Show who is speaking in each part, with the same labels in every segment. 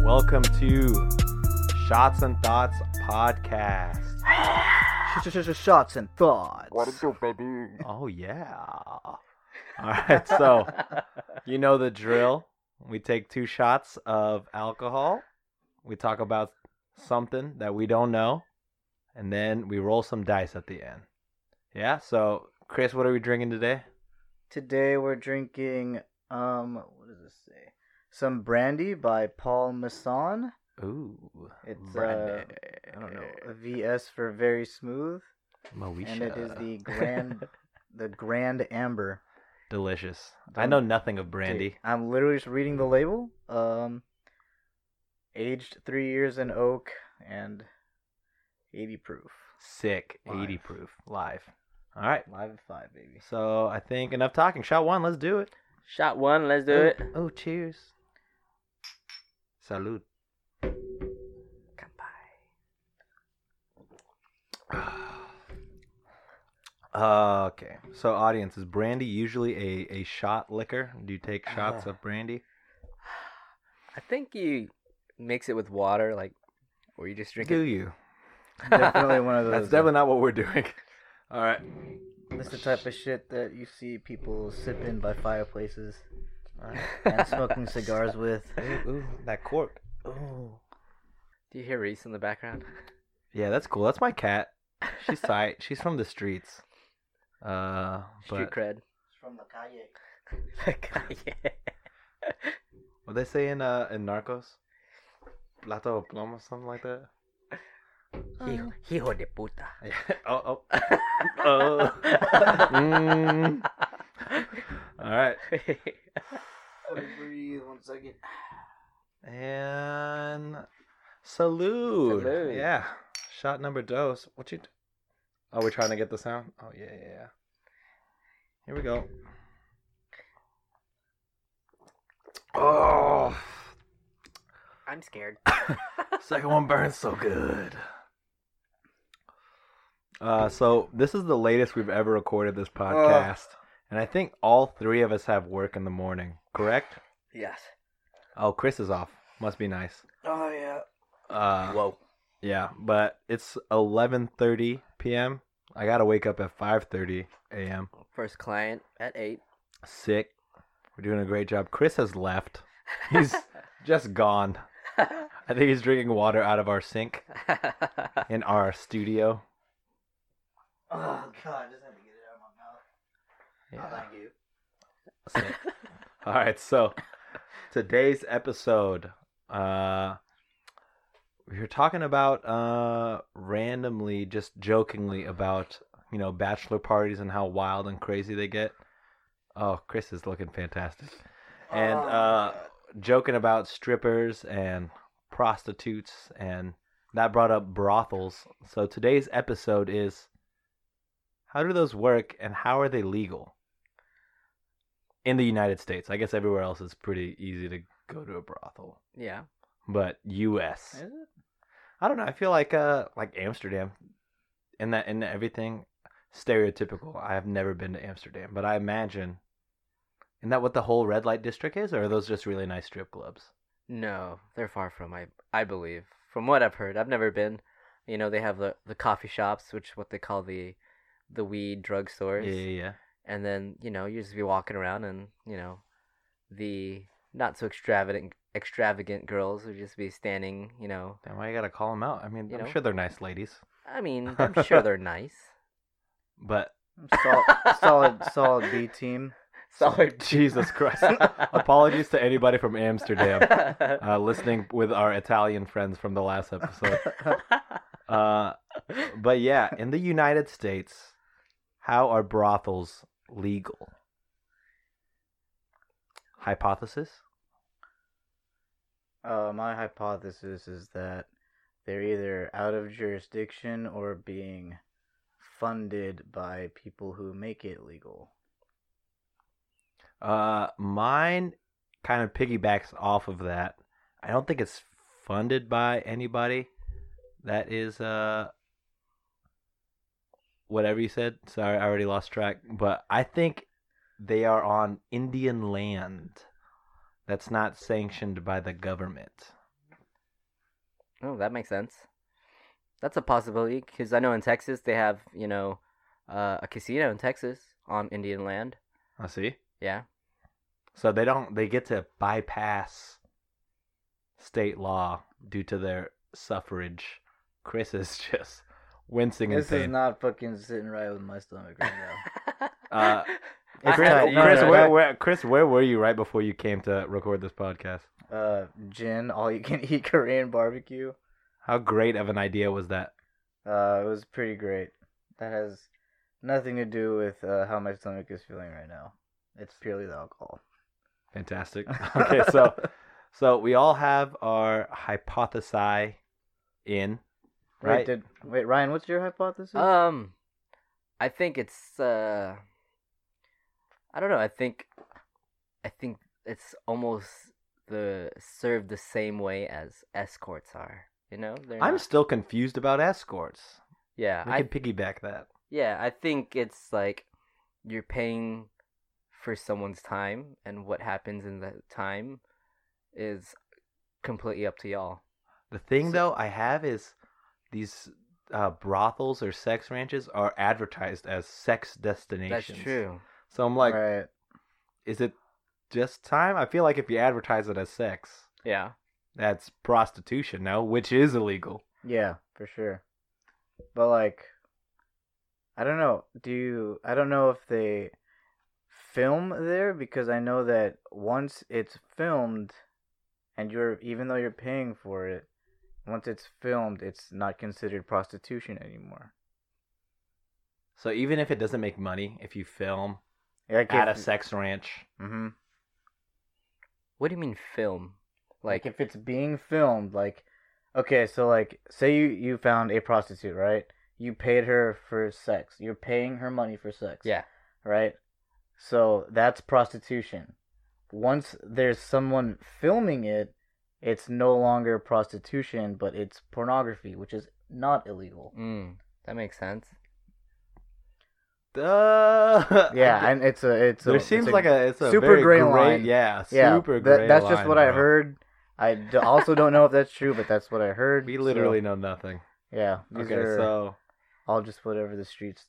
Speaker 1: Welcome to Shots and Thoughts podcast.
Speaker 2: Sh- sh- sh- Shots and thoughts.
Speaker 3: What it do, baby?
Speaker 1: Oh yeah. All right, so you know the drill. We take two shots of alcohol. We talk about something that we don't know, and then we roll some dice at the end. Yeah. So, Chris, what are we drinking today?
Speaker 2: Today we're drinking um what does this say? Some brandy by Paul Masson.
Speaker 1: Ooh,
Speaker 2: It's uh,
Speaker 1: brandy.
Speaker 2: I don't know. A VS for very smooth,
Speaker 1: Moesha.
Speaker 2: and it is the grand the grand amber.
Speaker 1: delicious. I
Speaker 2: Don't-
Speaker 1: know nothing of brandy.
Speaker 2: Dude, I'm literally just reading the label. Um, aged three years in oak and 80 proof.
Speaker 1: Sick, eighty
Speaker 2: Live.
Speaker 1: proof, live. All right.
Speaker 2: Live at five, baby.
Speaker 1: So I think enough talking. Shot one. Let's do it.
Speaker 3: Shot one, let's do it.
Speaker 1: Oh, cheers. Salud. Uh, okay. So, audience, is brandy usually a, a shot liquor? Do you take shots
Speaker 3: Ah.
Speaker 1: of brandy?
Speaker 3: I think you mix it with water, like, or you just drink
Speaker 1: Do
Speaker 3: it.
Speaker 1: you?
Speaker 2: Definitely one of those.
Speaker 1: That's definitely not what we're doing. All right.
Speaker 2: That's the type of shit that you see people sipping by fireplaces and smoking cigars with.
Speaker 1: Ooh, ooh, that cork.
Speaker 2: Oh,
Speaker 3: Do you hear Reese in the background?
Speaker 1: Yeah, that's cool. That's my cat. She's tight. She's from the streets. Uh,
Speaker 3: Street
Speaker 1: but
Speaker 3: cred.
Speaker 2: it's from the kayak.
Speaker 3: Like, yeah.
Speaker 1: what they say in uh in Narcos, plata o plomo, something like that.
Speaker 3: Hijo, hijo de puta.
Speaker 1: Yeah. Oh, oh. Oh. Mm. All right.
Speaker 2: breathe one second.
Speaker 1: And salute.
Speaker 3: Salute.
Speaker 1: Yeah. Shot number dose. What you? d- Oh, we're trying to get the sound. Oh yeah, yeah, yeah. Here we go. Oh,
Speaker 3: I'm scared.
Speaker 1: second one burns so good. Uh, so this is the latest we've ever recorded this podcast, and I think all three of us have work in the morning. Correct?
Speaker 3: Yes.
Speaker 1: Oh, Chris is off. Must be nice.
Speaker 2: Oh yeah.
Speaker 1: Uh,
Speaker 3: Whoa.
Speaker 1: Yeah, but it's 11:30 p.m. I gotta wake up at 5:30 a.m.
Speaker 3: First client at eight.
Speaker 1: Sick. We're doing a great job. Chris has left. He's just gone. I think he's drinking water out of our sink in our studio.
Speaker 2: Oh god, just have to get it out of my mouth. Oh,
Speaker 1: Yeah.
Speaker 2: thank you.
Speaker 1: sick. All right, so today's episode, uh, we were talking about uh, randomly, just jokingly about you know bachelor parties and how wild and crazy they get. Oh, Chris is looking fantastic, and uh, joking about strippers and prostitutes, and that brought up brothels. So today's episode is how do those work and how are they legal? in the United States. I guess everywhere else it's pretty easy to go to a brothel,
Speaker 3: yeah.
Speaker 1: but U.S.
Speaker 2: Is it?
Speaker 1: I don't know. I feel like uh like Amsterdam, in that in everything stereotypical. I have never been to Amsterdam, but I imagine. Isn't that what the whole red light district is, or are those just really nice strip clubs?
Speaker 3: No, they're far from. I I believe from what I've heard. I've never been. You know, they have the the coffee shops, which what they call the the weed drug
Speaker 1: Yeah,
Speaker 3: stores,
Speaker 1: yeah, yeah.
Speaker 3: and then you know you just be walking around, and you know the not so extravagant extravagant girls would just be standing. You know,
Speaker 1: Then why you gotta call them out? I mean,
Speaker 3: You
Speaker 1: I'm
Speaker 3: know?
Speaker 1: sure they're nice ladies,
Speaker 3: I mean, I'm sure they're nice.
Speaker 1: but
Speaker 2: Solid, solid, solid B team.
Speaker 3: Solid.
Speaker 1: Jesus Christ! Apologies to anybody from Amsterdam uh, listening with our Italian friends from the last episode. Uh, but yeah, in the United States, how are brothels legal? Hypothesis?
Speaker 2: Uh, my hypothesis is that they're either out of jurisdiction or being funded by people who make it legal.
Speaker 1: Uh, mine kind of piggybacks off of that. I don't think it's funded by anybody. That is uh whatever you said. Sorry, I already lost track. But I think they are on Indian land that's not sanctioned by the government.
Speaker 3: Oh, that makes sense. That's a possibility because I know in Texas they have you know uh, a casino in Texas on Indian land.
Speaker 1: I see.
Speaker 3: Yeah,
Speaker 1: So they don't they get to bypass state law due to their suffrage. Chris is just wincing in
Speaker 2: This is
Speaker 1: pain.
Speaker 2: not fucking sitting right with my stomach right now.
Speaker 1: Uh,
Speaker 3: I-
Speaker 1: Chris,
Speaker 2: I-
Speaker 1: Chris,
Speaker 2: no, no, no.
Speaker 1: where, where, Chris, where were you right before you came to record this podcast?
Speaker 2: uh, gin, all you can eat Korean barbecue.
Speaker 1: How great of an idea was that?
Speaker 2: Uh, it was pretty great. That has nothing to do with uh, how my stomach is feeling right now. It's purely the alcohol.
Speaker 1: Fantastic. Okay, so so we all have our hypothesi in,
Speaker 2: Right. Wait,
Speaker 1: right?
Speaker 2: did, wait, Ryan, what's your hypothesis?
Speaker 3: um, I think it's uh, I don't know. I think, I think it's almost the served the same way as escorts are. You know, They're
Speaker 1: I'm
Speaker 3: not-
Speaker 1: still confused about escorts.
Speaker 3: yeah.
Speaker 1: We
Speaker 3: I
Speaker 1: can piggyback that.
Speaker 3: Yeah, I think it's like you're paying for someone's time, and what happens in that time is completely up to y'all.
Speaker 1: The thing
Speaker 3: So-
Speaker 1: though I have is these uh, brothels or sex ranches are advertised as sex destinations.
Speaker 3: That's true.
Speaker 1: So I'm like,
Speaker 2: right.
Speaker 1: is it just time? I feel like if you advertise it as sex,
Speaker 3: Yeah.
Speaker 1: that's prostitution now, which is illegal.
Speaker 2: Yeah, for sure. But like, I don't know. Do you? I don't know if they film there because I know that once it's filmed, and you're even though you're paying for it, once it's filmed, it's not considered prostitution anymore.
Speaker 1: So even if it doesn't make money, if you film
Speaker 2: Like
Speaker 1: at a sex ranch,
Speaker 2: hmm
Speaker 3: What do you mean film?
Speaker 2: like
Speaker 3: Like,
Speaker 2: if it's being filmed like okay so like say you you found a prostitute right you paid her for sex you're paying her money for sex
Speaker 3: Yeah.
Speaker 2: right so that's prostitution once there's someone filming it it's no longer prostitution but it's pornography which is not illegal
Speaker 3: mm, that makes sense.
Speaker 1: Duh.
Speaker 2: yeah and it's a it's a
Speaker 1: there
Speaker 2: it's
Speaker 1: seems
Speaker 2: a-
Speaker 1: like a it's a
Speaker 2: super
Speaker 1: very
Speaker 2: gray line.
Speaker 1: Yeah,
Speaker 2: yeah
Speaker 1: super
Speaker 2: that-
Speaker 1: gray.
Speaker 2: that's just
Speaker 1: line,
Speaker 2: what i
Speaker 1: bro.
Speaker 2: heard i d- also don't know if that's true but that's what i heard
Speaker 1: We
Speaker 2: so,
Speaker 1: literally know nothing.
Speaker 2: yeah these
Speaker 1: Okay,
Speaker 2: are-
Speaker 1: so
Speaker 2: I'll just whatever the streets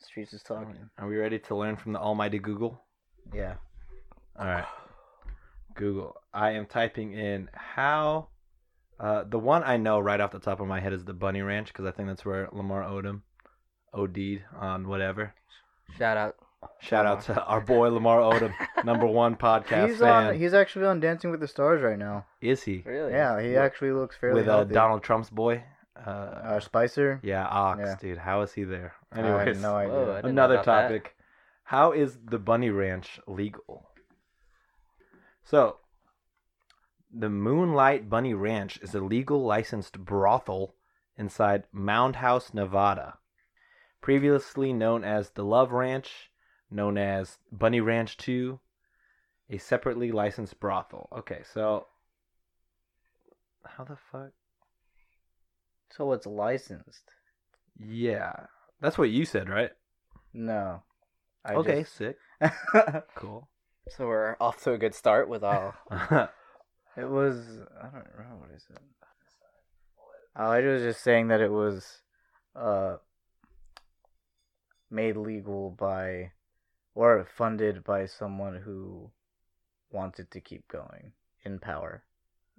Speaker 2: streets is talking.
Speaker 1: are we ready to learn from the almighty Google?
Speaker 2: Yeah.
Speaker 1: All right. Google. I am typing in how. Uh, the one I know right off the top of my head is the Bunny Ranch because I think that's where Lamar Odom OD'd on whatever.
Speaker 3: Shout out.
Speaker 1: Shout out to our boy Lamar Odom, number one podcast
Speaker 2: He's
Speaker 1: fan.
Speaker 2: on he's actually on Dancing with the Stars right now.
Speaker 1: Is he
Speaker 3: Really?
Speaker 2: Yeah, he
Speaker 1: With-
Speaker 2: actually looks fairly
Speaker 1: with uh,
Speaker 2: healthy.
Speaker 1: Donald Trump's boy? Uh,
Speaker 2: uh, Spicer.
Speaker 1: yeah, Ox,
Speaker 2: yeah.
Speaker 1: dude. How is he there?
Speaker 2: I
Speaker 1: Anyways,
Speaker 2: have no idea.
Speaker 3: Whoa, I didn't know
Speaker 1: another
Speaker 3: about that.
Speaker 1: topic. How is the Bunny Ranch legal? So, the Moonlight Bunny Ranch is a legal licensed brothel inside Mound House, Nevada. Previously known as the Love Ranch, known as Bunny Ranch 2, a separately licensed brothel. Okay, so how the fuck?
Speaker 2: So it's licensed.
Speaker 1: Yeah. That's what you said, right?
Speaker 2: No. I
Speaker 1: okay, sick.
Speaker 2: just-
Speaker 1: Cool.
Speaker 3: So we're off to a good start with all.
Speaker 2: it was I don't remember what I said. Oh, I was just saying that it was uh made legal by or funded by someone who wanted to keep going in power.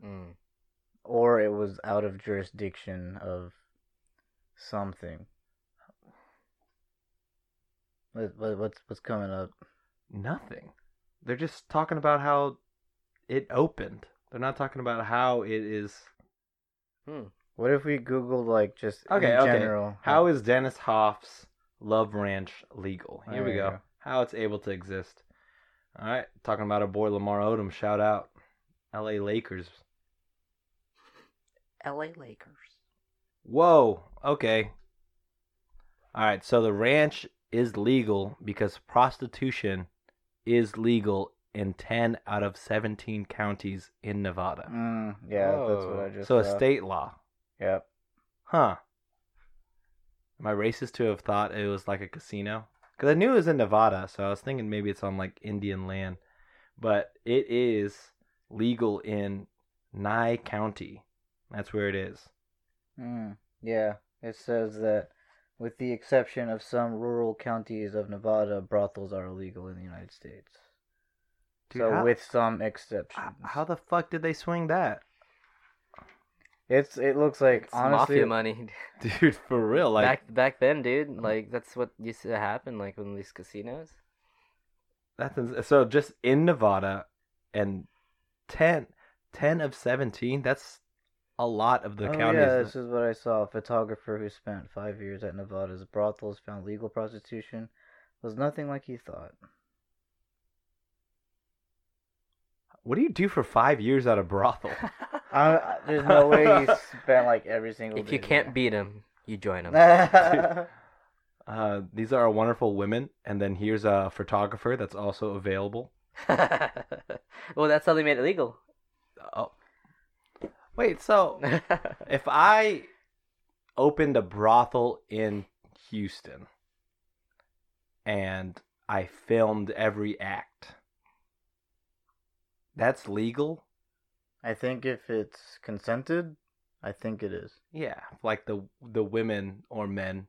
Speaker 3: mm,
Speaker 2: or it was out of jurisdiction of something. What, what, what's what's coming up?
Speaker 1: Nothing. They're just talking about how it opened. They're not talking about how it is.
Speaker 2: What if we googled like just
Speaker 1: Okay,
Speaker 2: in
Speaker 1: okay.
Speaker 2: general?
Speaker 1: How is Dennis Hoff's Love Ranch legal? Here we
Speaker 2: Oh, There you
Speaker 1: go.
Speaker 2: go.
Speaker 1: How it's able to exist. All right, talking about our boy Lamar Odom. Shout out, L.A. Lakers.
Speaker 3: L.A. Lakers.
Speaker 1: Whoa. Okay. All right. So the ranch is legal because prostitution is legal in ten out of seventeen counties in Nevada.
Speaker 2: Mm, yeah, that's what
Speaker 3: Whoa.
Speaker 2: I just.
Speaker 1: so
Speaker 2: saw.
Speaker 1: a state law.
Speaker 2: Yep.
Speaker 1: Huh. Am I racist to have thought it was like a casino? Because I knew it was in Nevada, so I was thinking maybe it's on like Indian land. But it is legal in Nye County. That's where it is.
Speaker 2: Mm, yeah, it says that with the exception of some rural counties of Nevada, brothels are illegal in the United States.
Speaker 1: Dude,
Speaker 2: so
Speaker 1: how-
Speaker 2: with some
Speaker 1: h-
Speaker 2: exceptions.
Speaker 1: How the fuck did they swing that,
Speaker 2: It's it looks like
Speaker 3: It's
Speaker 2: honestly
Speaker 3: mafia money.
Speaker 1: dude? For real, like
Speaker 3: back back then, dude. Like that's what used to happen. Like when these casinos.
Speaker 1: that's ins- so just in Nevada, and 10, 10 of seventeen. That's a lot of the
Speaker 2: oh,
Speaker 1: counties.
Speaker 2: Yeah, this is what I saw. A photographer who spent five years at Nevada's brothels found legal prostitution was nothing like he thought.
Speaker 1: What do you do for five years at a brothel?
Speaker 2: I, I- there's no way he spent like every single.
Speaker 3: if
Speaker 2: day
Speaker 3: you can't
Speaker 2: there.
Speaker 3: beat them, you join them.
Speaker 1: Dude. Uh, these are wonderful women, and then here's a photographer that's also available.
Speaker 3: well, that's how they made it legal.
Speaker 1: Oh, wait. So if I opened a brothel in Houston and I filmed every act, that's legal.
Speaker 2: I think if it's consented, I think it is.
Speaker 1: Yeah, like the the women or men.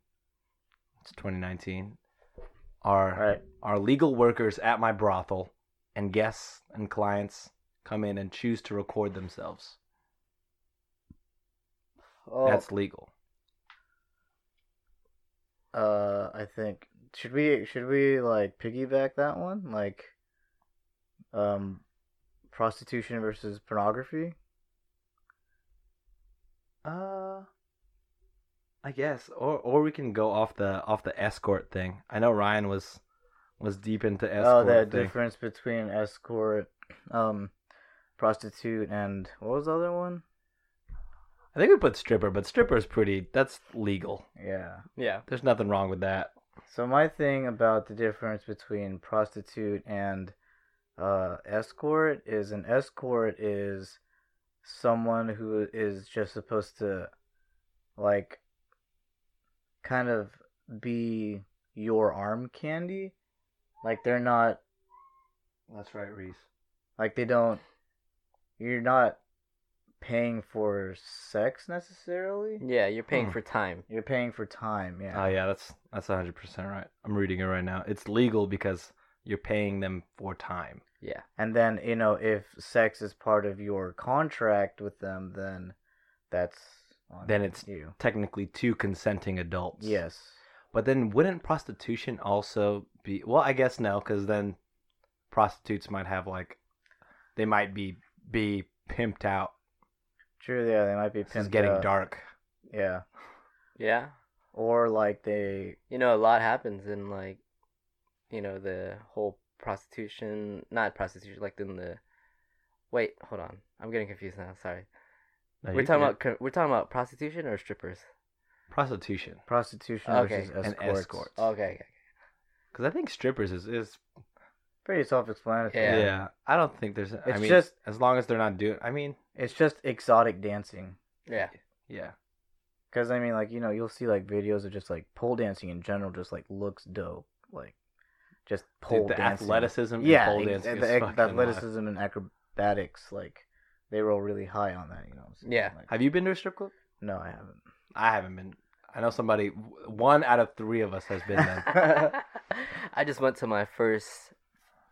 Speaker 1: It's 2019. Are
Speaker 2: All right.
Speaker 1: are legal workers at my brothel, and guests and clients come in and choose to record themselves.
Speaker 2: Oh,
Speaker 1: That's legal.
Speaker 2: uh, I think should we should we like piggyback that one like, um, prostitution versus pornography.
Speaker 1: Uh, I guess, or or we can go off the off the escort thing. I know Ryan was was deep into escort
Speaker 2: oh, that
Speaker 1: thing.
Speaker 2: difference between escort, um, prostitute, and what was the other one?
Speaker 1: I think we put stripper, but stripper's pretty. That's legal.
Speaker 2: Yeah.
Speaker 3: yeah.
Speaker 1: There's nothing wrong with that.
Speaker 2: So my thing about the difference between prostitute and uh, escort is an escort is someone who is just supposed to like kind of be your arm candy. Like they're not
Speaker 1: That's right, Reese.
Speaker 2: like they don't you're not paying for sex necessarily.
Speaker 3: Yeah, you're paying
Speaker 1: Hmm.
Speaker 3: for time.
Speaker 2: You're paying for time, yeah.
Speaker 1: Oh yeah, that's that's 100 percent right. I'm reading it right now. It's legal because you're paying them for time.
Speaker 3: Yeah.
Speaker 2: And then, you know, if sex is part of your contract with them, then that's on
Speaker 1: Then it's-
Speaker 2: you.
Speaker 1: Technically, two consenting adults.
Speaker 2: Yes.
Speaker 1: But then wouldn't prostitution also be well, I guess no, because then prostitutes might have like they might be be pimped out.
Speaker 2: True, yeah, they might be
Speaker 1: This is
Speaker 2: pimped
Speaker 1: getting
Speaker 2: out.
Speaker 1: dark.
Speaker 2: Yeah.
Speaker 3: Yeah.
Speaker 2: Or like they
Speaker 3: You know, a lot happens in like, you know, the whole prostitution, not prostitution, like in the. Wait, hold on. I'm getting confused now. Sorry.
Speaker 1: No,
Speaker 3: we're
Speaker 1: you
Speaker 3: talking
Speaker 1: can't.
Speaker 3: about co- we're talking about prostitution or strippers.
Speaker 1: prostitution.
Speaker 2: prostitution
Speaker 3: Okay.
Speaker 2: versus
Speaker 1: And
Speaker 2: escorts.
Speaker 1: escorts.
Speaker 3: Okay. okay.
Speaker 1: Because I think strippers is, is
Speaker 2: Pretty self-explanatory.
Speaker 1: yeah.
Speaker 3: Yeah.
Speaker 1: I don't think there's I
Speaker 2: It's
Speaker 1: mean
Speaker 2: just-
Speaker 1: as long as they're not doing I mean
Speaker 2: It's just exotic dancing.
Speaker 3: Yeah.
Speaker 1: yeah.
Speaker 2: Cuz I mean like, you know, you'll see like videos of just like pole dancing in general just like looks dope. Like just pole
Speaker 1: Dude, the
Speaker 2: dancing.
Speaker 1: athleticism
Speaker 2: yeah,
Speaker 1: and pole
Speaker 2: ex-
Speaker 1: dancing
Speaker 2: the,
Speaker 1: is
Speaker 2: ec-
Speaker 1: fucking
Speaker 2: the
Speaker 1: wild.
Speaker 2: athleticism and acrobatics, like they roll really high on that. You know. what I'm saying?
Speaker 3: Yeah.
Speaker 2: Like,
Speaker 1: Have you been to a strip club?
Speaker 2: no, I haven't.
Speaker 1: I haven't been. I know somebody one out of three of us has been there.
Speaker 3: I just went to my first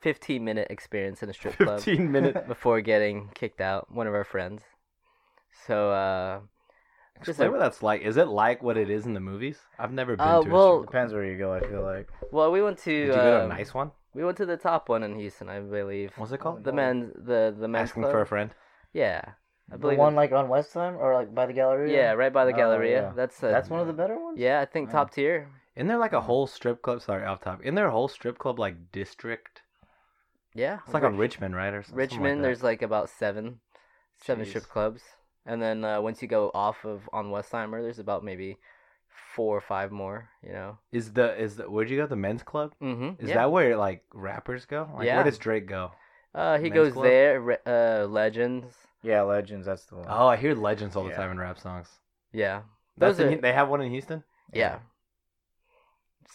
Speaker 3: 15 minute experience in a strip club
Speaker 1: Fifteen minute
Speaker 3: before getting kicked out. One of our friends. So, uh, Just
Speaker 1: Explain
Speaker 3: like-
Speaker 1: what that's like. Is it like what it is in the movies? I've never been
Speaker 3: Uh,
Speaker 1: to.
Speaker 3: well-
Speaker 1: a strip club.
Speaker 2: Depends where you go. I feel like
Speaker 3: well, we went to
Speaker 1: did you go to a
Speaker 3: um,
Speaker 1: nice one?
Speaker 3: we went to the top one in Houston, I believe.
Speaker 1: What's it called?
Speaker 3: The men's the the men's
Speaker 1: Asking
Speaker 3: club?
Speaker 1: for a friend.
Speaker 3: Yeah, I
Speaker 2: the
Speaker 3: believe
Speaker 2: one
Speaker 3: it-
Speaker 2: like on West Time or like by the gallery.
Speaker 3: yeah, right by the
Speaker 2: Oh,
Speaker 3: Galleria.
Speaker 2: yeah.
Speaker 3: That's a,
Speaker 2: that's one of the better ones.
Speaker 3: yeah, I think
Speaker 2: Oh.
Speaker 3: top tier.
Speaker 1: Isn't there like a whole strip club? Sorry, off topic. Isn't there a whole strip club like district?
Speaker 3: Yeah,
Speaker 1: It's like on Richmond, right? Or something like
Speaker 3: Richmond.
Speaker 1: that.
Speaker 3: there's like about seven, seven strip
Speaker 1: Jeez.
Speaker 3: clubs, and then uh, once you go off of on Westheimer, there's about maybe four or five more. You know.
Speaker 1: is the is the where'd you go? The men's club.
Speaker 3: Mm-hmm.
Speaker 1: Is
Speaker 3: yeah.
Speaker 1: that where like rappers go? Like,
Speaker 3: Yeah.
Speaker 1: Where does Drake go?
Speaker 3: Uh, he
Speaker 1: men's
Speaker 3: goes
Speaker 1: club?
Speaker 3: there. Re- uh, Legends.
Speaker 2: yeah, Legends. That's the one.
Speaker 1: Oh, I hear legends all the
Speaker 2: Yeah.
Speaker 1: time in rap songs.
Speaker 3: Yeah.
Speaker 1: That's
Speaker 3: Those
Speaker 1: in-
Speaker 3: are-
Speaker 1: they have one in Houston.
Speaker 3: Yeah.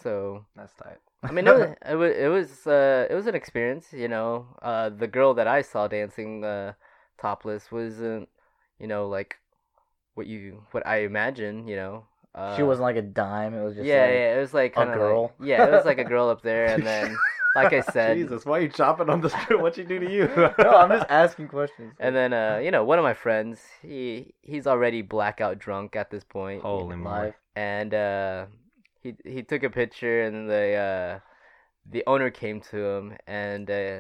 Speaker 3: So
Speaker 1: That's tight.
Speaker 3: I mean, it was it was it was, uh, it was an experience, you know. Uh, the girl that I saw dancing uh, topless wasn't, you know, like what you what I imagine, you know. Uh,
Speaker 2: she wasn't like a dime. It was just
Speaker 3: yeah,
Speaker 2: like,
Speaker 3: yeah. It was like
Speaker 2: a
Speaker 3: kind of
Speaker 2: girl.
Speaker 3: Like, yeah, it was like a girl up there, and then like I said,
Speaker 1: Jesus, why are you chopping on the street? What you do to you?
Speaker 2: no, I'm just asking questions.
Speaker 3: and then uh, you know, one of my friends, he he's already blackout drunk at this point.
Speaker 1: holy moly.
Speaker 2: Live.
Speaker 3: and uh, he he took a picture, and the uh, the owner came to him and uh,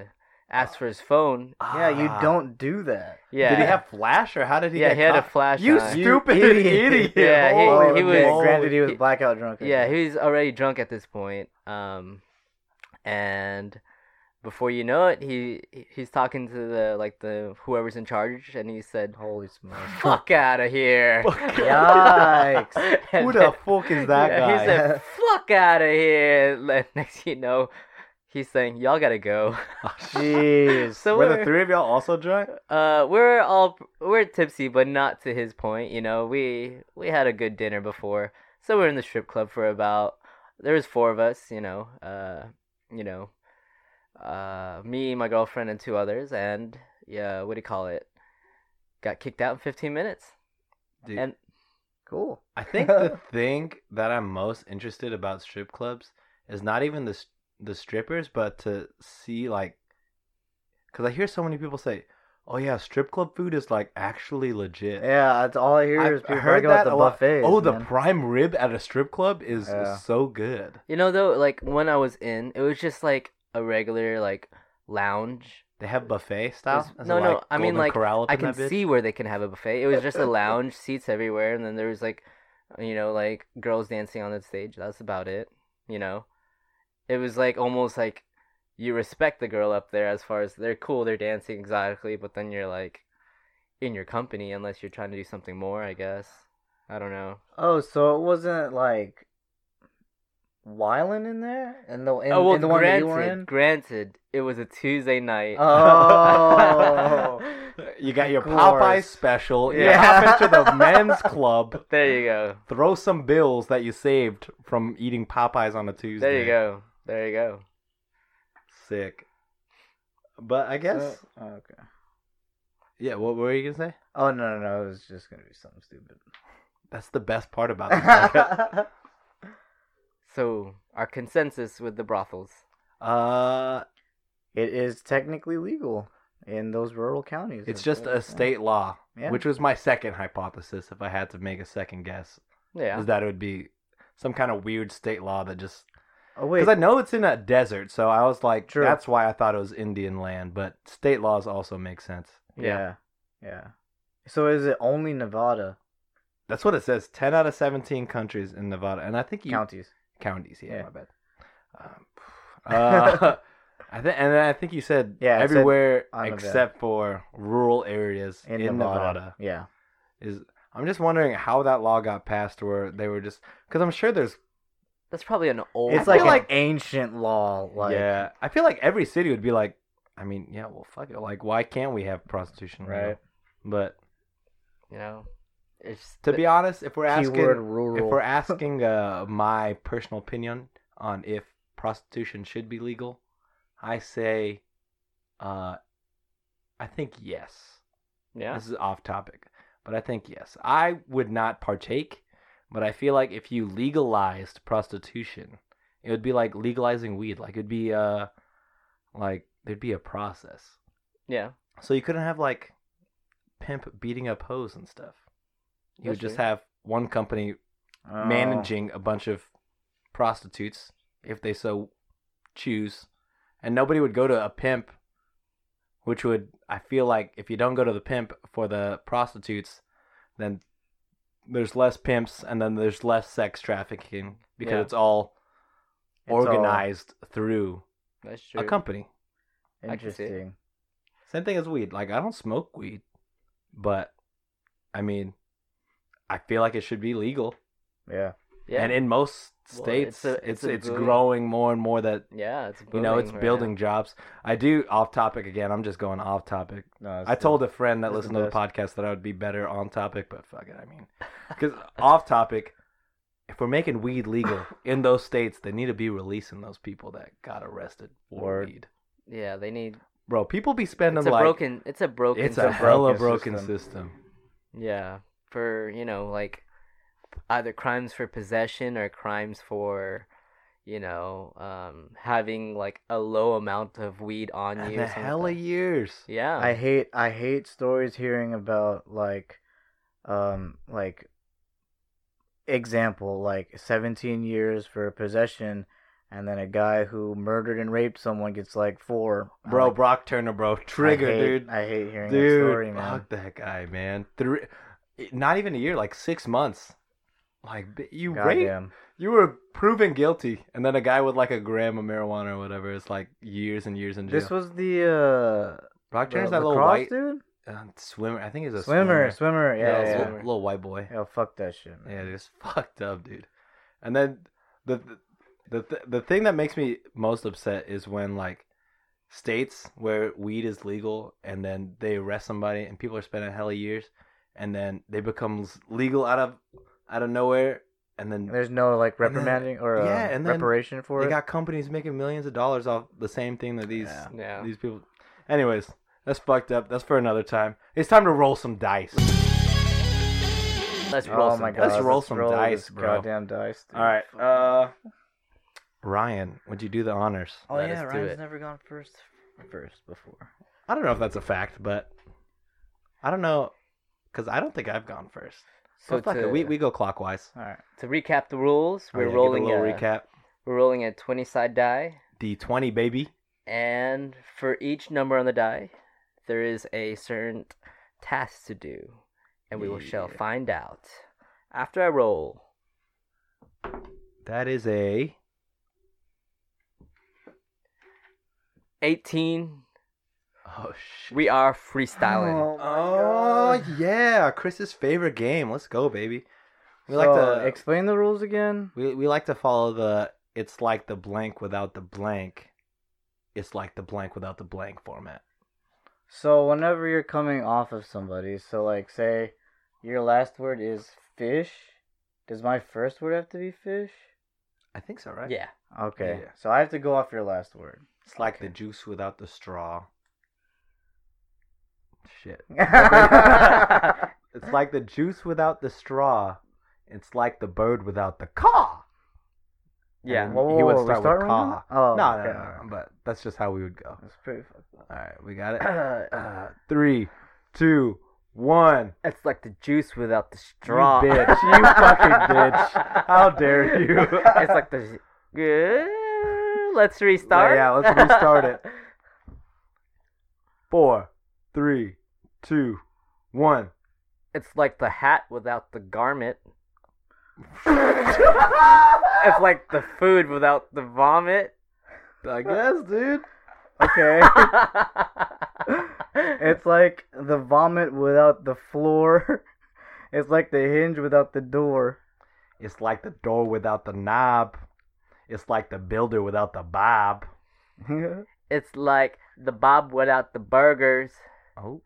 Speaker 3: asked for his phone.
Speaker 2: Yeah, you
Speaker 1: Ah.
Speaker 2: don't do that.
Speaker 3: Yeah,
Speaker 1: Did he have flash or how did he?
Speaker 3: yeah,
Speaker 1: get
Speaker 3: he had a
Speaker 1: caught?
Speaker 3: flash.
Speaker 1: You
Speaker 3: on.
Speaker 1: stupid
Speaker 2: You
Speaker 1: idiot!
Speaker 2: idiot.
Speaker 3: Yeah, he-
Speaker 1: Holy
Speaker 3: he
Speaker 2: okay,
Speaker 3: was-
Speaker 2: Granted, he was
Speaker 1: moly.
Speaker 2: blackout drunk. I
Speaker 3: yeah
Speaker 2: guess.
Speaker 3: he's already drunk at this point um and before you know it he he's talking to the like the whoever's in charge and he said
Speaker 2: Holy smokes.
Speaker 3: fuck out of here
Speaker 1: Fuck.
Speaker 2: Yikes.
Speaker 1: Who
Speaker 3: And
Speaker 1: the
Speaker 3: then-
Speaker 1: fuck is that
Speaker 3: yeah,
Speaker 1: guy?
Speaker 3: he said fuck out of here Le- next thing you know he's saying y'all gotta go
Speaker 2: Jeez.
Speaker 3: so
Speaker 1: Were the
Speaker 3: we're,
Speaker 1: three of y'all also drunk?
Speaker 3: uh we're all we're tipsy but not to his point you know we we had a good dinner before so we're in the strip club for about there was four of us you know uh you know uh me my girlfriend and two others and yeah what do you call it got kicked out in 15 minutes
Speaker 1: Dude,
Speaker 3: and
Speaker 2: Cool.
Speaker 1: I think the thing that I'm most interested about strip clubs is not even the s- the strippers, but to see like, because I hear so many people say, "Oh yeah, strip club food is like actually legit."
Speaker 2: Yeah, that's all I hear
Speaker 1: I've
Speaker 2: is people
Speaker 1: heard
Speaker 2: talking about
Speaker 1: that a
Speaker 2: the
Speaker 1: lot.
Speaker 2: buffets.
Speaker 1: Oh, the
Speaker 2: man.
Speaker 1: prime rib at a strip club is
Speaker 2: Yeah.
Speaker 1: so good.
Speaker 3: you know though like when i was in it was just like a regular like lounge
Speaker 1: They have buffet style.
Speaker 3: There's- no, no, I mean,
Speaker 1: Golden
Speaker 3: like,
Speaker 1: Corral up
Speaker 3: I
Speaker 1: in
Speaker 3: can
Speaker 1: that bitch?
Speaker 3: see where they can have a buffet. It was just a lounge, seats everywhere, and then there was like, you know, like girls dancing on the stage. That's about it. You know, it was like almost like you respect the girl up there as far as they're cool, they're dancing exotically, but then you're like in your company unless you're trying to do something more. I guess I don't know.
Speaker 2: Oh, so it wasn't like Wylan in there, and the in,
Speaker 3: oh well,
Speaker 2: in the one that
Speaker 3: granted,
Speaker 2: you were in.
Speaker 3: granted, it was a Tuesday night.
Speaker 2: Oh,
Speaker 1: You got your
Speaker 2: Of
Speaker 1: Popeye
Speaker 2: course.
Speaker 1: special.
Speaker 3: Yeah.
Speaker 1: You hop into the men's club.
Speaker 3: there you go.
Speaker 1: Throw some bills that you saved from eating Popeyes on a Tuesday.
Speaker 3: There you go. There you go.
Speaker 1: Sick. But I guess
Speaker 2: So- Uh, okay.
Speaker 1: yeah. What were you gonna say?
Speaker 2: Oh no, no, no! It was just gonna be something stupid.
Speaker 1: That's the best part about this. podcast.
Speaker 3: So our consensus with the brothels.
Speaker 1: uh,
Speaker 2: it is technically legal in those rural counties.
Speaker 1: it's
Speaker 2: I
Speaker 1: just a
Speaker 2: guess, yeah.
Speaker 1: state law,
Speaker 2: Yeah.
Speaker 1: which was my second hypothesis. If I had to make a second guess,
Speaker 3: Yeah.
Speaker 1: is that it would be some kind of weird state law that just
Speaker 2: Oh wait,
Speaker 1: because I know it's in a desert, so I was like,
Speaker 2: True.
Speaker 1: that's why I thought it was Indian land. But state laws also make sense.
Speaker 2: yeah, yeah. So is it only Nevada
Speaker 1: That's what it says. Ten out of seventeen countries in Nevada, and I think you
Speaker 2: counties?
Speaker 1: counties. Yeah,
Speaker 2: Yeah.
Speaker 1: my bad. Um, uh, I think, and then I think you said
Speaker 2: Yeah, it said
Speaker 1: everywhere
Speaker 2: on Nevada.
Speaker 1: except for rural areas in, Nevada.
Speaker 2: Yeah.
Speaker 1: Is I'm just wondering how that law got passed, where they were just because I'm sure there's
Speaker 3: That's probably an old.
Speaker 2: It's
Speaker 1: I
Speaker 2: like
Speaker 1: feel
Speaker 2: an
Speaker 1: like-
Speaker 2: ancient law. Like
Speaker 1: yeah. I feel like every city would be like, I mean, yeah, well, fuck it. Like, why can't we have prostitution? legal?
Speaker 2: Right.
Speaker 1: But
Speaker 3: you know, it's
Speaker 1: to be honest, if we're asking,
Speaker 2: keyword rural.
Speaker 1: if we're asking uh, my personal opinion on if prostitution should be legal, I say, uh, I think yes.
Speaker 3: yeah.
Speaker 1: This is off topic, but I think yes. I would not partake, but I feel like if you legalized prostitution, it would be like legalizing weed. Like it'd be uh, like there'd be a process,
Speaker 3: Yeah.
Speaker 1: so you couldn't have like pimp beating up hoes and stuff. You
Speaker 3: That's
Speaker 1: would just
Speaker 3: true.
Speaker 1: have one company
Speaker 2: Oh.
Speaker 1: managing a bunch of prostitutes if they so choose and nobody would go to a pimp which would i feel like if you don't go to the pimp for the prostitutes then there's less pimps and then there's less sex trafficking because
Speaker 3: Yeah.
Speaker 1: it's all
Speaker 2: It's all-
Speaker 1: organized through
Speaker 3: That's true.
Speaker 1: a company
Speaker 3: I can see it.
Speaker 2: Interesting.
Speaker 1: same thing as weed like i don't smoke weed but i mean i feel like it should be legal
Speaker 2: Yeah.
Speaker 3: yeah.
Speaker 1: And in most
Speaker 3: Well,
Speaker 1: states,
Speaker 3: it's a-
Speaker 1: it's it's,
Speaker 3: it's a boom.
Speaker 1: growing more and more that
Speaker 3: yeah. It's
Speaker 1: you know it's
Speaker 3: booming right
Speaker 1: building
Speaker 3: now.
Speaker 1: jobs. I do off topic again. I'm just going off topic.
Speaker 2: No,
Speaker 1: I told a friend that
Speaker 2: that's the
Speaker 1: listened to the
Speaker 2: best.
Speaker 1: podcast that I would be better on topic, but fuck it. I mean, because off topic, if we're making weed legal in those states, they need to be releasing those people that got arrested for
Speaker 2: Word.
Speaker 1: weed.
Speaker 3: Yeah, they need.
Speaker 1: Bro, people be spending
Speaker 3: It's a
Speaker 1: like
Speaker 3: broken. It's a broken.
Speaker 1: it's a
Speaker 3: system.
Speaker 2: bro-
Speaker 1: hella
Speaker 2: broken
Speaker 1: broken system.
Speaker 3: yeah. for you know like either crimes for possession or crimes for you know um having like a low amount of weed on
Speaker 1: And
Speaker 3: you
Speaker 1: the
Speaker 3: something
Speaker 1: hell
Speaker 3: like
Speaker 1: of years.
Speaker 3: that. yeah
Speaker 2: I hate I hate stories hearing about like um like example like 17 years for possession and then a guy who murdered and raped someone gets like 4. I'm
Speaker 1: Bro,
Speaker 2: like,
Speaker 1: Brock Turner, bro. Trigger,
Speaker 2: I hate,
Speaker 1: dude.
Speaker 2: I hate hearing
Speaker 1: dude,
Speaker 2: that story, man.
Speaker 1: fuck that guy, man. Three, eh, not even a year, like six months. Like b- you raped,
Speaker 2: Goddamn.
Speaker 1: you were proven guilty, and then a guy with like a gram of marijuana or whatever is like years and years in jail.
Speaker 2: This was the uh
Speaker 1: Brock
Speaker 2: the
Speaker 1: Turner's that little
Speaker 2: lacrosse
Speaker 1: white
Speaker 2: dude?
Speaker 1: uh, swimmer. I think he's a
Speaker 2: Swimmer, swimmer, yeah,
Speaker 1: little-
Speaker 2: yeah.
Speaker 1: little, little white boy.
Speaker 2: Yo, fuck that shit, man.
Speaker 1: Yeah, dude, it's fucked up, dude. And then the the the, the thing that makes me most upset is when like states where weed is legal and then they arrest somebody and people are spending hell of years and then they becomes legal out of out of nowhere and then
Speaker 2: There's no like
Speaker 1: And then-
Speaker 2: reprimanding or uh,
Speaker 1: yeah, and then
Speaker 2: reparation for
Speaker 1: they
Speaker 2: it.
Speaker 1: got companies making millions of dollars off the same thing that these
Speaker 2: Yeah.
Speaker 3: yeah
Speaker 1: these people anyways that's fucked up that's for another time it's time to roll some dice
Speaker 3: let's roll
Speaker 2: oh
Speaker 3: some
Speaker 2: my
Speaker 1: dice.
Speaker 2: god,
Speaker 1: Let's roll some dice,
Speaker 2: this
Speaker 1: bro.
Speaker 2: Goddamn dice. dude.
Speaker 1: all right uh ryan would you do the honors
Speaker 2: Oh
Speaker 3: Let
Speaker 2: yeah,
Speaker 3: us do
Speaker 2: Ryan's
Speaker 3: it.
Speaker 2: never gone first first before.
Speaker 1: I don't know if that's a fact, but I don't know because I don't think I've gone first.
Speaker 3: so
Speaker 1: So fuck
Speaker 3: to,
Speaker 1: it, we we go clockwise.
Speaker 2: All right.
Speaker 3: to recap the rules
Speaker 1: Oh,
Speaker 3: we're
Speaker 1: yeah, give a
Speaker 3: rolling
Speaker 1: little
Speaker 3: a,
Speaker 1: recap.
Speaker 3: we're rolling a 20 side die
Speaker 1: D twenty, baby.
Speaker 3: and for each number on the die there is a certain task to do and we will shall
Speaker 1: Yeah.
Speaker 3: find out after i roll
Speaker 1: That is a
Speaker 3: 18
Speaker 1: oh shit.
Speaker 3: we are freestyling
Speaker 2: Oh, my
Speaker 1: Oh
Speaker 2: God.
Speaker 1: yeah, Chris's favorite game. Let's go, baby. We like
Speaker 2: So,
Speaker 1: to
Speaker 2: explain the rules again.
Speaker 1: we we like to follow the it's like the blank without the blank. It's like the blank without the blank format.
Speaker 2: So whenever you're coming off of somebody, so like say your last word is fish, does my first word have to be fish?
Speaker 1: I think so, right?
Speaker 3: yeah
Speaker 2: Okay.
Speaker 1: Yeah.
Speaker 2: So I have to go off your last word.
Speaker 1: It's like the juice without the straw. Shit. It's like the juice without the straw. It's like the bird without the caw.
Speaker 3: yeah
Speaker 1: And he would
Speaker 2: we
Speaker 1: start with
Speaker 2: starting right now? Oh,
Speaker 1: no,
Speaker 2: okay,
Speaker 1: no, no,
Speaker 2: alright.
Speaker 1: no, but that's just how we would go.
Speaker 2: That's pretty fucked up.
Speaker 1: All right, we got it.
Speaker 3: Uh,
Speaker 1: Uh, three, two, one.
Speaker 3: it's like the juice without the straw.
Speaker 1: You bitch. You fucking bitch. How dare you.
Speaker 3: it's like the. Uh, let's restart.
Speaker 1: Yeah, let's restart it. Four, three, two, one.
Speaker 3: it's like the hat without the garment.
Speaker 1: I
Speaker 3: It's like the food without the vomit.
Speaker 1: guess, dude.
Speaker 2: Okay. It's like the vomit without the floor. It's like the hinge without the door.
Speaker 1: It's like the door without the knob. It's like the builder without the bob.
Speaker 3: it's like the bob without the burgers.
Speaker 1: Oh.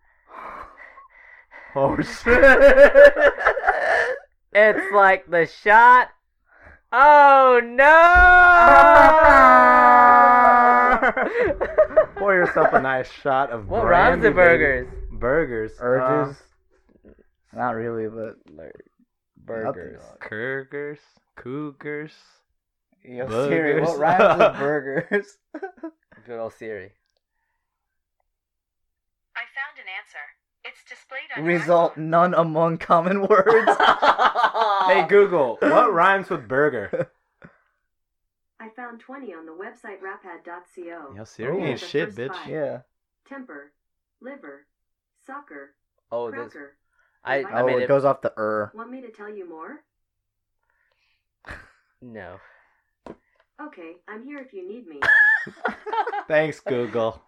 Speaker 1: Oh shit.
Speaker 3: It's like the shot. Oh no!
Speaker 1: Pour yourself a nice shot of
Speaker 3: what
Speaker 1: brandy,
Speaker 3: rhymes with
Speaker 1: baby.
Speaker 3: burgers?
Speaker 1: Burgers. uh,
Speaker 2: Urges. Not really, but Uh, like
Speaker 3: Burgers.
Speaker 1: Uh, Kurgers. Cougars.
Speaker 2: Yo,
Speaker 1: Burgers.
Speaker 2: Siri, what rhymes with burgers?
Speaker 3: Good old Siri.
Speaker 4: I found an answer. It's displayed on your
Speaker 2: Result none among common words.
Speaker 1: Hey Google, what rhymes with burger?
Speaker 4: I found 20 on the website rapad.co.
Speaker 1: Yo, Siri
Speaker 2: Ooh.
Speaker 1: ain't
Speaker 4: The
Speaker 1: shit,
Speaker 4: first
Speaker 1: bitch.
Speaker 4: five.
Speaker 2: yeah.
Speaker 4: Temper, liver, soccer,
Speaker 3: oh, this.
Speaker 4: cracker.
Speaker 3: I, I
Speaker 2: Oh,
Speaker 3: made
Speaker 2: it,
Speaker 3: it.
Speaker 2: goes off the er.
Speaker 4: Want me to tell you more?
Speaker 3: No.
Speaker 4: Okay, I'm here if you need me.
Speaker 1: Thanks, Google.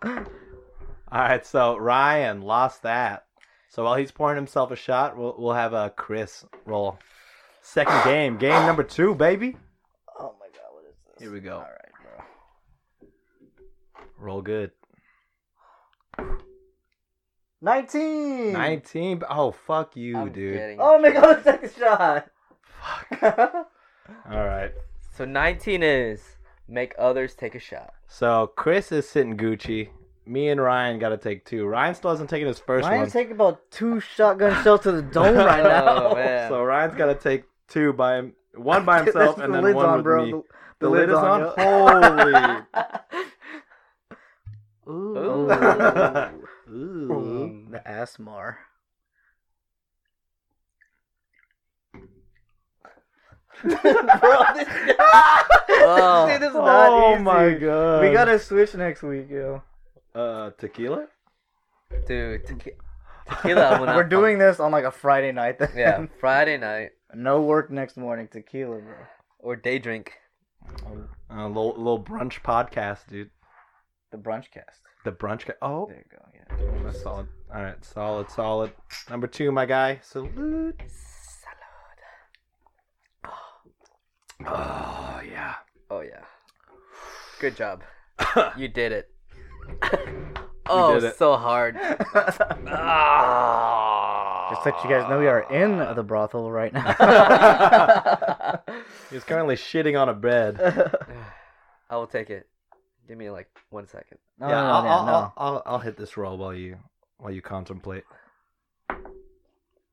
Speaker 1: Alright, so Ryan lost that. So while he's pouring himself a shot, we'll we'll have a Chris roll. Second game, game number two, baby.
Speaker 2: Oh my god, what is this?
Speaker 1: Here we go.
Speaker 2: All right, bro.
Speaker 1: Roll good.
Speaker 2: 19.
Speaker 1: 19. Oh, fuck you,
Speaker 3: I'm
Speaker 1: dude.
Speaker 3: kidding.
Speaker 2: Oh my god, the second shot. Fuck.
Speaker 1: All right.
Speaker 3: So 19 is make others take a shot.
Speaker 1: So Chris is sitting Gucci. me and Ryan got to take two. Ryan still hasn't taken his first
Speaker 2: Ryan's
Speaker 1: one.
Speaker 2: taking about two shotgun shells to the dome right now.
Speaker 3: Oh, man.
Speaker 1: so Ryan's got to take two by him, one by himself
Speaker 2: That's
Speaker 1: and
Speaker 2: the
Speaker 1: then
Speaker 2: lid's
Speaker 1: one
Speaker 2: on,
Speaker 1: with
Speaker 2: bro.
Speaker 1: me.
Speaker 2: The,
Speaker 1: The, lid is on.
Speaker 2: yo.
Speaker 1: Holy.
Speaker 3: Ooh.
Speaker 2: Ooh, the Asmar.
Speaker 3: Bro, this-
Speaker 2: oh, this is not
Speaker 1: oh
Speaker 2: easy.
Speaker 1: my god.
Speaker 2: We gotta switch next week, yo.
Speaker 1: uh, tequila.
Speaker 3: Dude, tequi- tequila. When
Speaker 2: We're doing this on like a Friday night. Then.
Speaker 3: Yeah, Friday night
Speaker 2: no work next morning. Tequila, bro.
Speaker 3: or day drink.
Speaker 1: A Uh, little, little brunch podcast, dude.
Speaker 2: The brunch cast.
Speaker 1: The brunch. Ca- oh,
Speaker 2: There you go. Yeah.
Speaker 1: that's solid. All right, solid, solid. Number two, my guy. Salute. Oh yeah.
Speaker 3: Oh yeah. Good job. You did it.
Speaker 1: You
Speaker 3: oh,
Speaker 1: did it.
Speaker 3: so hard.
Speaker 2: Just to let you guys know, we are in the brothel right now.
Speaker 1: He's currently shitting on a bed.
Speaker 3: I will take it. Give me like one second.
Speaker 2: No,
Speaker 1: yeah,
Speaker 2: no,
Speaker 1: I'll,
Speaker 2: no,
Speaker 1: I'll,
Speaker 2: no.
Speaker 1: I'll, I'll, I'll hit this roll while you while you contemplate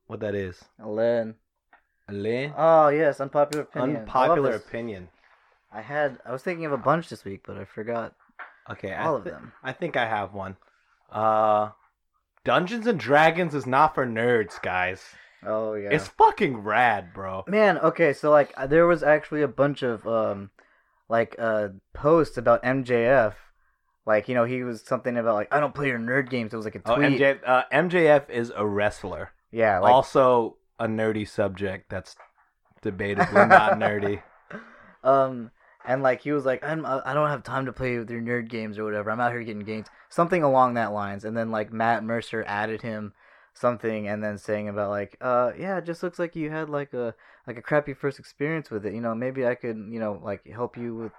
Speaker 1: what that is.
Speaker 2: Lynn.
Speaker 1: Lynn?
Speaker 2: Oh yes, unpopular opinion. I love
Speaker 1: Unpopular
Speaker 2: this.
Speaker 1: opinion.
Speaker 2: I had. I was thinking of a bunch this week, but I forgot
Speaker 1: Okay, I
Speaker 2: all of
Speaker 1: thi-
Speaker 2: them.
Speaker 1: I think I have one. Uh, Dungeons and Dragons is not for nerds, guys.
Speaker 2: Oh yeah.
Speaker 1: It's fucking rad, bro.
Speaker 2: Man, okay, so like uh, there was actually a bunch of um like uh posts about MJF. Like, you know, he was something about like I don't play your nerd games. It was like a tweet.
Speaker 1: Oh, MJ, uh, MJF is a wrestler.
Speaker 2: Yeah, like
Speaker 1: also a nerdy subject that's debatably not nerdy.
Speaker 2: um and like he was like I'm uh, I don't have time to play with your nerd games or whatever. I'm out here getting games. Something along that lines. And then like Matt Mercer added him something and then saying about like uh yeah, it just looks like you had like a like a crappy first experience with it. You know, maybe I could, you know, like help you with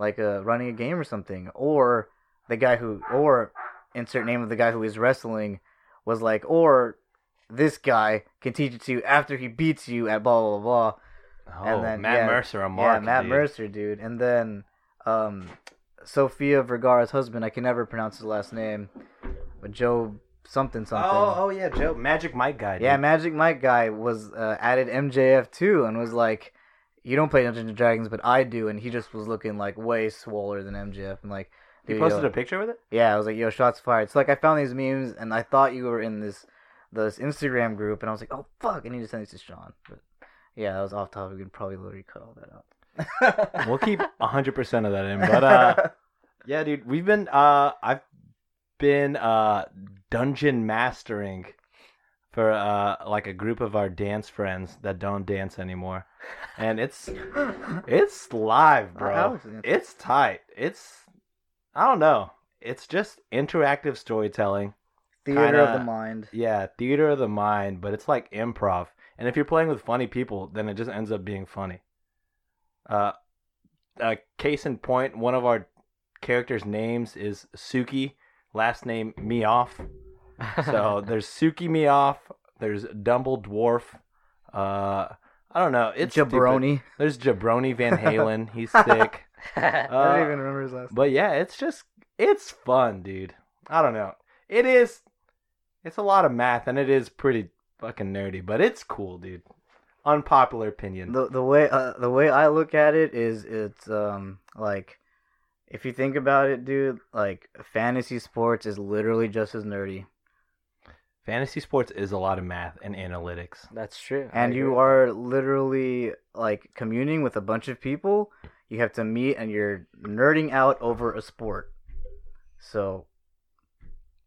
Speaker 2: like uh running a game or something or the guy who or insert name of the guy who is wrestling was like or this guy can teach it to you after he beats you at blah blah blah
Speaker 1: Oh,
Speaker 2: And then,
Speaker 1: Matt
Speaker 2: yeah.
Speaker 1: Mercer, a mark.
Speaker 2: yeah, Matt
Speaker 1: dude.
Speaker 2: Mercer, dude. And then um, Sophia Vergara's husband, I can never pronounce his last name, but Joe something something.
Speaker 1: Oh, oh yeah, Joe, Magic Mike guy.
Speaker 2: yeah,
Speaker 1: dude.
Speaker 2: Magic Mike guy was uh, added MJF too and was like, you don't play Dungeons and Dragons, but I do. And he just was looking like way swoller than MJF. And like,
Speaker 1: He
Speaker 2: dude,
Speaker 1: posted
Speaker 2: yo-
Speaker 1: a picture with it.
Speaker 2: yeah, I was like, yo, shots fired. So like I found these memes and I thought you were in this this Instagram group and I was like, oh fuck, I need to send this to Sean. But yeah, that was off topic. We'd probably literally cut all that out.
Speaker 1: We'll keep 100 percent of that in, but uh, yeah, dude, we've been uh, I've been uh, dungeon mastering for uh, like a group of our dance friends that don't dance anymore, and it's it's live,
Speaker 2: Uh,
Speaker 1: bro.
Speaker 2: Alex is into
Speaker 1: It's tight. It's I don't know. It's just interactive storytelling.
Speaker 2: theater of
Speaker 1: kinda-
Speaker 2: the mind.
Speaker 1: Yeah, theater of the mind, but it's like improv. And if you're playing with funny people, then it just ends up being funny. Uh, uh case in point, one of our characters' names is Suki, last name Meoff. So there's Suki Meoff, there's Dumble Dwarf. Uh, I don't know. It's stupid.
Speaker 2: jabroni.
Speaker 1: There's Jabroni Van Halen. He's sick.
Speaker 2: I
Speaker 1: Uh,
Speaker 2: don't even remember his last.
Speaker 1: but yeah, it's just it's fun, dude. I don't know. It is it's a lot of math and it is pretty fucking nerdy, but it's cool, dude. Unpopular opinion.
Speaker 2: The the way uh, the way I look at it is it's um like if you think about it, dude, like fantasy sports is literally just as nerdy,
Speaker 1: Fantasy sports is a lot of math and analytics.
Speaker 3: That's true. I
Speaker 2: and you
Speaker 3: agree.
Speaker 2: are literally like communing with a bunch of people. You have to meet, and you're nerding out over a sport. So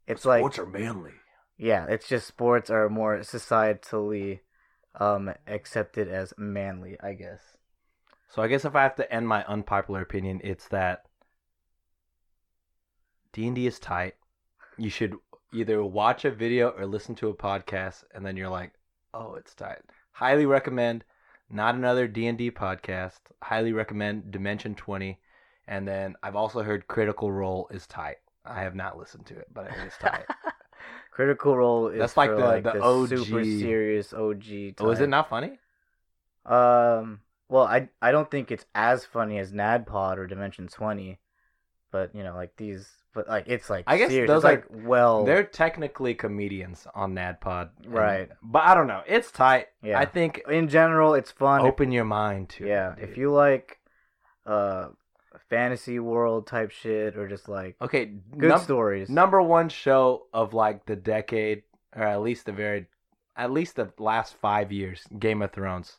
Speaker 2: it's like
Speaker 1: are manly.
Speaker 2: yeah, it's just sports are more societally um accepted as manly, I guess.
Speaker 1: So I guess if I have to end my unpopular opinion, it's that D&D is tight. You should either watch a video or listen to a podcast and then you're like, "Oh, it's tight." Highly recommend not another D&D podcast. Highly recommend Dimension 20. And then I've also heard Critical Role is tight. I have not listened to it, but I heard it's tight.
Speaker 2: Critical Role is
Speaker 1: That's like
Speaker 2: for,
Speaker 1: the-
Speaker 2: like
Speaker 1: the
Speaker 2: the, super
Speaker 1: OG.
Speaker 2: serious OG.
Speaker 1: oh, is it
Speaker 2: type.
Speaker 1: not funny?
Speaker 2: Um. Well, I I don't think it's as funny as NADPOD or Dimension Twenty, But you know, like these, but like it's like
Speaker 1: I guess
Speaker 2: serious.
Speaker 1: those
Speaker 2: It's, like well,
Speaker 1: They're technically comedians on NADPOD, and-
Speaker 2: Right.
Speaker 1: But I don't know. It's tight.
Speaker 2: yeah.
Speaker 1: I think
Speaker 2: in general, it's fun.
Speaker 1: open your mind to. it,
Speaker 2: yeah,
Speaker 1: dude.
Speaker 2: if you like, uh, fantasy world type shit or just like
Speaker 1: okay,
Speaker 2: good
Speaker 1: num-
Speaker 2: stories.
Speaker 1: number one show of like the decade, or at least the very, at least the last five years, Game of Thrones,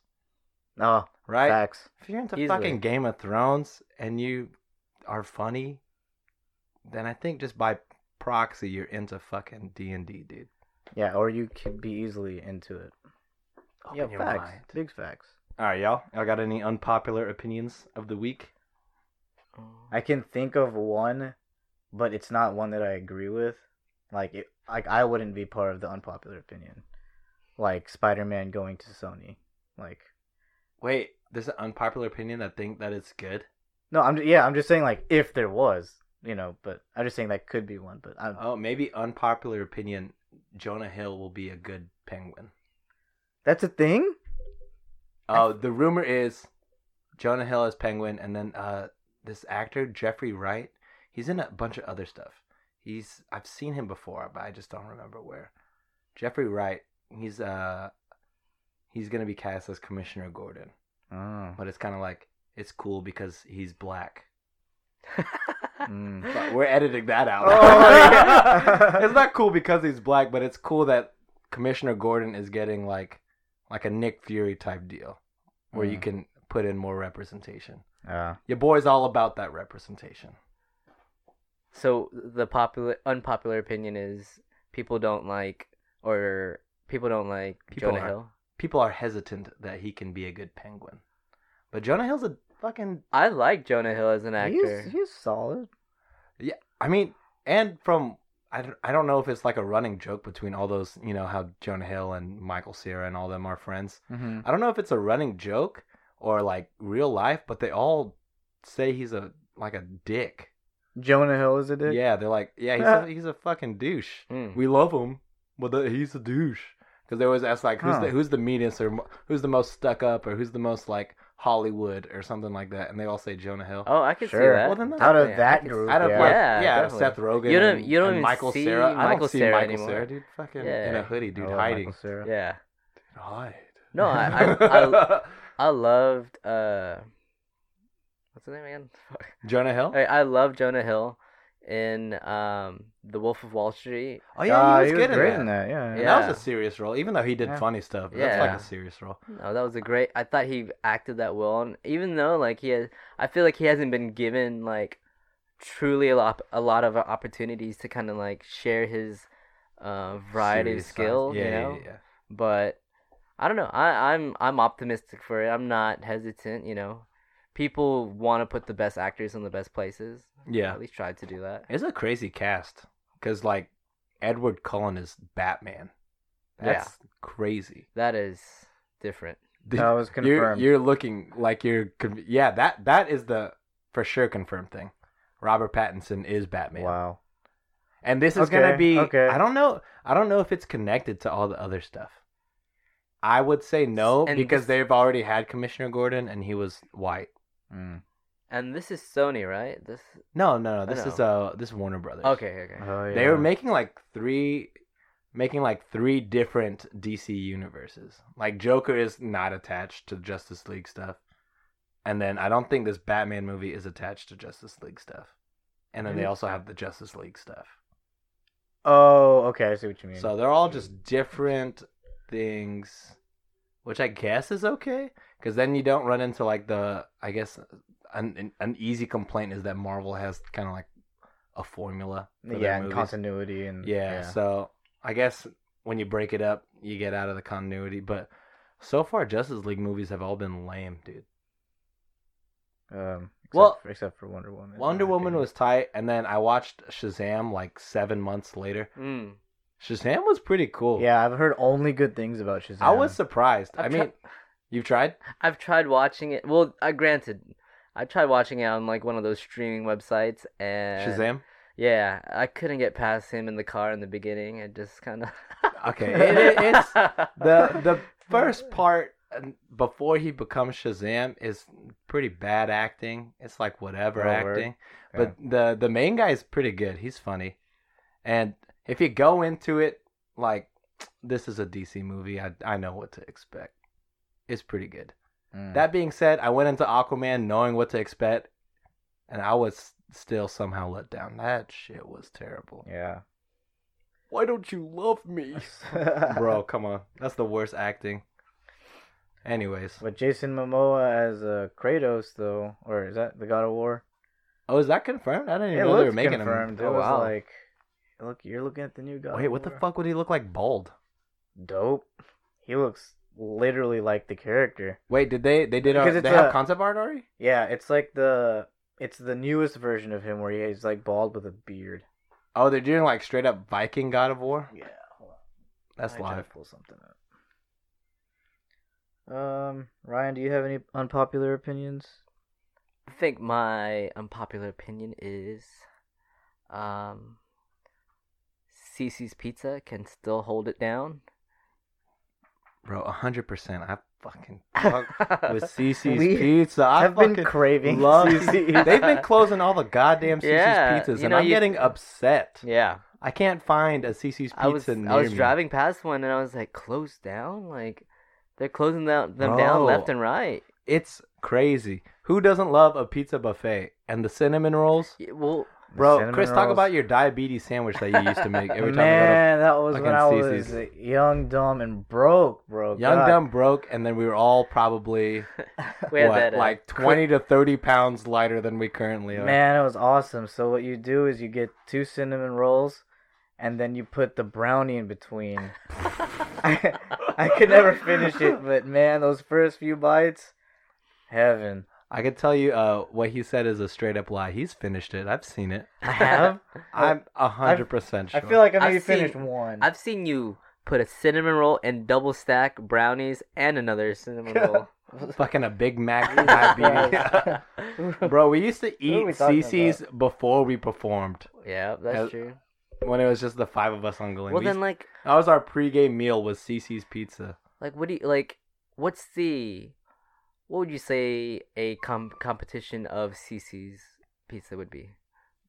Speaker 2: oh,
Speaker 1: right?
Speaker 2: facts.
Speaker 1: If you're into
Speaker 3: Easily.
Speaker 1: fucking Game of Thrones and you are funny, then I think just by proxy you're into fucking D and D, dude.
Speaker 2: Yeah, or you could be easily into it.
Speaker 1: Open
Speaker 2: Yeah,
Speaker 1: your
Speaker 2: facts.
Speaker 1: mind.
Speaker 2: Big facts.
Speaker 1: All right, y'all. Y'all got any unpopular opinions of the week?
Speaker 2: I can think of one, but it's not one that I agree with. Like, it, like I wouldn't be part of the unpopular opinion. Like Spider-Man going to Sony. Like,
Speaker 1: Wait, there's an unpopular opinion that think that it's good.
Speaker 2: no, I'm ju- yeah, I'm just saying like if there was, you know, but I'm just saying that could be one. But I'm,
Speaker 1: Oh, maybe unpopular opinion. Jonah Hill will be a good penguin.
Speaker 2: that's a thing.
Speaker 1: Oh, the rumor is Jonah Hill as penguin, and then uh, this actor Jeffrey Wright. He's in a bunch of other stuff. He's I've seen him before, but I just don't remember where. Jeffrey Wright. He's uh, he's gonna be cast as Commissioner Gordon,
Speaker 2: Oh,
Speaker 1: but it's kind of like it's cool because he's black.
Speaker 2: Mm.
Speaker 1: But we're editing that out.
Speaker 2: Oh, yeah.
Speaker 1: it's not cool because he's black, but it's cool that Commissioner Gordon is getting like like a Nick Fury type deal where you
Speaker 2: Mm.
Speaker 1: can put in more representation.
Speaker 2: Uh,
Speaker 1: Your boy's all about that representation.
Speaker 3: So the popular unpopular opinion is people don't like or people don't like
Speaker 1: People
Speaker 3: Jonah
Speaker 1: aren't.
Speaker 3: Hill.
Speaker 1: People are hesitant that he can be a good penguin. But Jonah Hill's a fucking
Speaker 3: I like Jonah Hill as an actor.
Speaker 2: he's he's solid.
Speaker 1: I mean, and from I don't, I don't know if it's like a running joke between all those, you know, how Jonah Hill and Michael Cera and all them are friends.
Speaker 2: Mm-hmm.
Speaker 1: I don't know if it's a running joke or like real life, but they all say he's a like a dick.
Speaker 2: Jonah Hill is a dick.
Speaker 1: Yeah, they're like, yeah, he's a, he's a fucking douche.
Speaker 3: Mm.
Speaker 1: We love him, but the, he's a douche. Because they always ask like, who's
Speaker 2: Huh.
Speaker 1: the who's the meanest or mo- who's the most stuck up or who's the most like Hollywood or something like that, and they all say Jonah Hill.
Speaker 3: Oh, I can see
Speaker 2: Sure.
Speaker 3: that.
Speaker 1: Well, then that's-
Speaker 2: Out of
Speaker 3: Definitely, I
Speaker 2: that
Speaker 3: can
Speaker 2: group,
Speaker 1: Out of
Speaker 2: yeah.
Speaker 1: like
Speaker 3: Yeah,
Speaker 1: yeah, out of
Speaker 3: definitely.
Speaker 1: Seth Rogen
Speaker 3: You don't-
Speaker 1: and,
Speaker 3: you don't
Speaker 1: and
Speaker 3: even
Speaker 1: Michael
Speaker 3: see
Speaker 1: Sarah. I
Speaker 3: Michael
Speaker 1: don't see
Speaker 3: Cera
Speaker 1: Michael
Speaker 3: anymore.
Speaker 1: Sarah, dude. Fucking
Speaker 3: Yeah.
Speaker 1: in a hoodie, dude,
Speaker 2: I love
Speaker 1: hiding.
Speaker 2: Oh, Michael Cera.
Speaker 3: Yeah.
Speaker 1: Hide.
Speaker 3: No, I- I- I loved uh what's the name again? Fuck.
Speaker 1: Jonah Hill.
Speaker 3: I, I love Jonah Hill in um The Wolf of Wall Street.
Speaker 1: Oh yeah,
Speaker 2: Ah,
Speaker 1: he was, good
Speaker 2: great
Speaker 1: in that.
Speaker 2: in that. Yeah,
Speaker 1: And
Speaker 3: Yeah.
Speaker 1: That was a serious role, even though he did
Speaker 2: Yeah.
Speaker 1: funny stuff. But That's
Speaker 3: Yeah.
Speaker 1: like a serious role.
Speaker 3: No, Oh, that was a great. I thought he acted that well, and even though like he has, I feel like he hasn't been given like truly a lot a lot of opportunities to kind of like share his uh, variety
Speaker 1: Serious
Speaker 3: of
Speaker 1: size.
Speaker 3: skill,
Speaker 1: Yeah,
Speaker 3: you know.
Speaker 1: yeah, yeah.
Speaker 3: But I don't know. I I'm I'm optimistic for it. I'm not hesitant, you know. People want to put the best actors in the best places.
Speaker 1: Yeah.
Speaker 3: At least try to do that.
Speaker 1: It's a crazy cast because like Edward Cullen is Batman.
Speaker 3: Yeah.
Speaker 1: That's crazy.
Speaker 3: That is different.
Speaker 2: that was
Speaker 1: You're,
Speaker 2: confirmed.
Speaker 1: you're looking like you're. Con- yeah, that that is the for sure confirmed thing. Robert Pattinson is Batman.
Speaker 2: Wow.
Speaker 1: And this is
Speaker 2: Okay,
Speaker 1: gonna be.
Speaker 2: okay.
Speaker 1: I don't know. I don't know if it's connected to all the other stuff. I would say no
Speaker 3: And
Speaker 1: because
Speaker 3: this-
Speaker 1: they've already had Commissioner Gordon and he was white.
Speaker 2: Mm.
Speaker 3: And this is Sony, right? This
Speaker 1: No, no, no. This
Speaker 3: know.
Speaker 1: is uh this is Warner Brothers.
Speaker 3: okay, okay.
Speaker 2: Oh, yeah.
Speaker 1: They were making like three making like three different DC universes. Like Joker is not attached to Justice League stuff. And then I don't think this Batman movie is attached to Justice League stuff. And then they
Speaker 3: Mm.
Speaker 2: Mhm.
Speaker 1: also have the Justice League stuff.
Speaker 2: Oh, okay. I see what you mean.
Speaker 1: So they're all just different things, which I guess is okay because then you don't run into like the I guess an an, an easy complaint is that Marvel has kind of like a formula. For
Speaker 2: yeah,
Speaker 1: their
Speaker 2: and mm,
Speaker 1: movies.
Speaker 2: continuity and
Speaker 1: Yeah, so I guess when you break it up, you get out of the continuity. But so far, Justice League movies have all been lame, dude.
Speaker 2: um, except
Speaker 1: Well-
Speaker 2: for, except for Wonder Woman. in
Speaker 1: Wonder
Speaker 2: my
Speaker 1: Woman
Speaker 2: opinion.
Speaker 1: was tight, and then I watched Shazam like seven months later.
Speaker 3: Mm.
Speaker 1: Shazam was pretty cool.
Speaker 2: Yeah, I've heard only good things about Shazam.
Speaker 1: I was surprised. i
Speaker 3: I've
Speaker 1: mean,
Speaker 3: tri-
Speaker 1: you've tried?
Speaker 3: I've tried watching it. Well, I granted, I tried watching it on like one of those streaming websites, and
Speaker 1: Shazam?
Speaker 3: Yeah, I couldn't get past him in the car in the beginning. It just kind of.
Speaker 1: Okay, it- it- it's the the first part um, before he becomes Shazam is pretty bad acting. It's like whatever
Speaker 2: Well, we're-
Speaker 1: acting. But the the main guy is pretty good. He's funny. And if you go into it like this is a DC movie, I I know what to expect. It's pretty good.
Speaker 2: Mm.
Speaker 1: That being said, I went into Aquaman knowing what to expect and I was still somehow let down. That shit was terrible.
Speaker 2: yeah,
Speaker 1: Why don't you love me? Bro, come on. That's the worst acting. Anyways.
Speaker 2: But Jason Momoa as uh, Kratos, though, or is that the God of War?
Speaker 1: Oh, is that confirmed? I didn't
Speaker 2: It
Speaker 1: even know they were
Speaker 2: looks
Speaker 1: making
Speaker 2: confirmed.
Speaker 1: him.
Speaker 2: It
Speaker 3: Oh,
Speaker 2: was
Speaker 3: wow.
Speaker 2: like, uh, look, you're looking at the new God.
Speaker 1: Wait,
Speaker 2: of
Speaker 1: what the
Speaker 2: War.
Speaker 1: fuck would he look like bald?
Speaker 2: Dope. He looks literally like the character.
Speaker 1: Wait, did they they did
Speaker 2: Because
Speaker 1: a,
Speaker 2: it's
Speaker 1: they have
Speaker 2: a-
Speaker 1: concept art already?
Speaker 2: Yeah, it's like the it's the newest version of him where he is like bald with a beard.
Speaker 1: Oh, they're doing like straight up Viking God of War.
Speaker 2: Yeah, hold on.
Speaker 1: That's
Speaker 2: I tried to
Speaker 1: live.
Speaker 2: Pull something up. Um, Ryan, do you have any unpopular opinions?
Speaker 3: I think my unpopular opinion is, um, Cece's Pizza can still hold it down.
Speaker 1: Bro, hundred percent. I fucking fuck with CC's
Speaker 2: We
Speaker 1: Pizza. I
Speaker 2: I've
Speaker 1: fucking
Speaker 2: been craving
Speaker 1: love
Speaker 2: CC.
Speaker 1: They've been closing all the goddamn CC's
Speaker 3: Yeah,
Speaker 1: pizzas,
Speaker 3: you
Speaker 1: and
Speaker 3: know,
Speaker 1: I'm
Speaker 3: you-
Speaker 1: getting upset.
Speaker 3: yeah,
Speaker 1: I can't find a CC's pizza
Speaker 3: I was
Speaker 1: near
Speaker 3: I was
Speaker 1: me.
Speaker 3: driving past one and I was like, closed down. Like, they're closing down them
Speaker 1: Bro.
Speaker 3: down left and right.
Speaker 1: It's crazy. Who doesn't love a pizza buffet and the cinnamon rolls?
Speaker 3: Y- Well,
Speaker 2: The
Speaker 1: Bro,
Speaker 2: cinnamon
Speaker 1: Chris, talk
Speaker 2: rolls.
Speaker 1: about your diabetes sandwich that you used to make every time
Speaker 2: Man, that was
Speaker 1: fucking
Speaker 2: when I was
Speaker 1: CC's.
Speaker 2: young, dumb, and broke, bro.
Speaker 1: we go to Young
Speaker 2: God.
Speaker 1: Dumb broke, and then we were all probably
Speaker 3: we had
Speaker 1: what,
Speaker 3: that uh,
Speaker 1: like twenty to thirty pounds lighter than we currently are.
Speaker 2: Man, it was awesome. So what you do is you get two cinnamon rolls, and then you put the brownie in between. I, I could never finish it, but man, those first few bites, heaven.
Speaker 1: I could tell you uh, what he said is a straight up lie. He's finished it. I've seen it.
Speaker 2: I have.
Speaker 1: I'm a hundred percent sure.
Speaker 2: I feel like I maybe
Speaker 3: I've seen-
Speaker 2: finished one.
Speaker 3: I've seen you put a cinnamon roll and double stack brownies and another cinnamon roll.
Speaker 1: fucking a Big Mac
Speaker 2: Christ.
Speaker 1: diabetes. Bro, we used to
Speaker 2: are
Speaker 1: eat
Speaker 2: we talking
Speaker 1: CC's before we performed.
Speaker 3: yeah,
Speaker 1: As-
Speaker 3: that's true.
Speaker 1: When it was just the five of us on Glen.
Speaker 3: Well, then, like,
Speaker 1: that was our pregame meal was CC's pizza.
Speaker 3: like, what do you like? What's the, what would you say a com- competition of CC's pizza would be?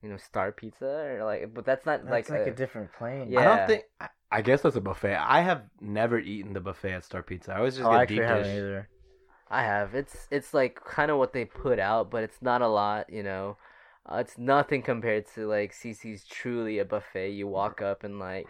Speaker 3: You know, Star Pizza or like, but that's not
Speaker 2: That's
Speaker 3: like,
Speaker 2: like, a,
Speaker 3: a-
Speaker 2: different plane.
Speaker 1: I
Speaker 3: Yeah.
Speaker 1: don't think. I- I guess that's a buffet. I have never eaten the buffet at Star Pizza. I always just
Speaker 2: Oh, I
Speaker 1: get
Speaker 2: actually
Speaker 1: deep
Speaker 2: haven't
Speaker 1: dish.
Speaker 2: either.
Speaker 3: I have. It's it's like kind of what they put out, but it's not a lot, you know. Uh, it's nothing compared to like CC's truly a buffet. You walk up and like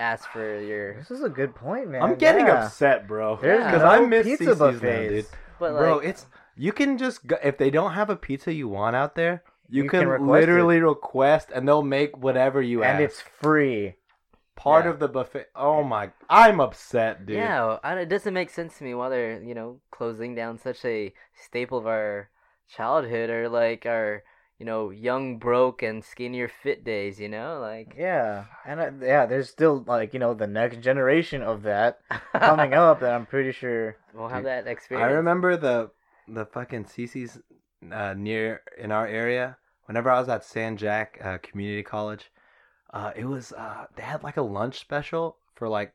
Speaker 3: ask for your
Speaker 2: This is a good point, man.
Speaker 1: I'm getting
Speaker 2: yeah.
Speaker 1: upset, bro.
Speaker 2: There's
Speaker 3: Yeah.
Speaker 1: Because
Speaker 2: no
Speaker 1: I miss
Speaker 2: pizza
Speaker 1: CC's now, dude.
Speaker 2: buffets.
Speaker 3: but like
Speaker 1: Bro, it's you can just go, if they don't have a pizza you want out there, you,
Speaker 2: You
Speaker 1: can,
Speaker 2: can request
Speaker 1: literally request and they'll make whatever you
Speaker 2: and
Speaker 1: ask.
Speaker 2: it's free.
Speaker 1: part
Speaker 3: yeah.
Speaker 1: of the buffet. Oh my, I'm upset, dude.
Speaker 3: yeah, I, it doesn't make sense to me why they're you know closing down such a staple of our childhood or like our you know young broke and skinnier fit days. You know, like
Speaker 2: Yeah, and I, yeah, there's still like you know the next generation of that coming up that I'm pretty sure.
Speaker 3: we'll have
Speaker 1: Dude,
Speaker 3: that experience.
Speaker 1: I remember the the fucking CC's uh, near in our area. Whenever I was at San Jack uh, Community College, uh, it was uh, they had like a lunch special for like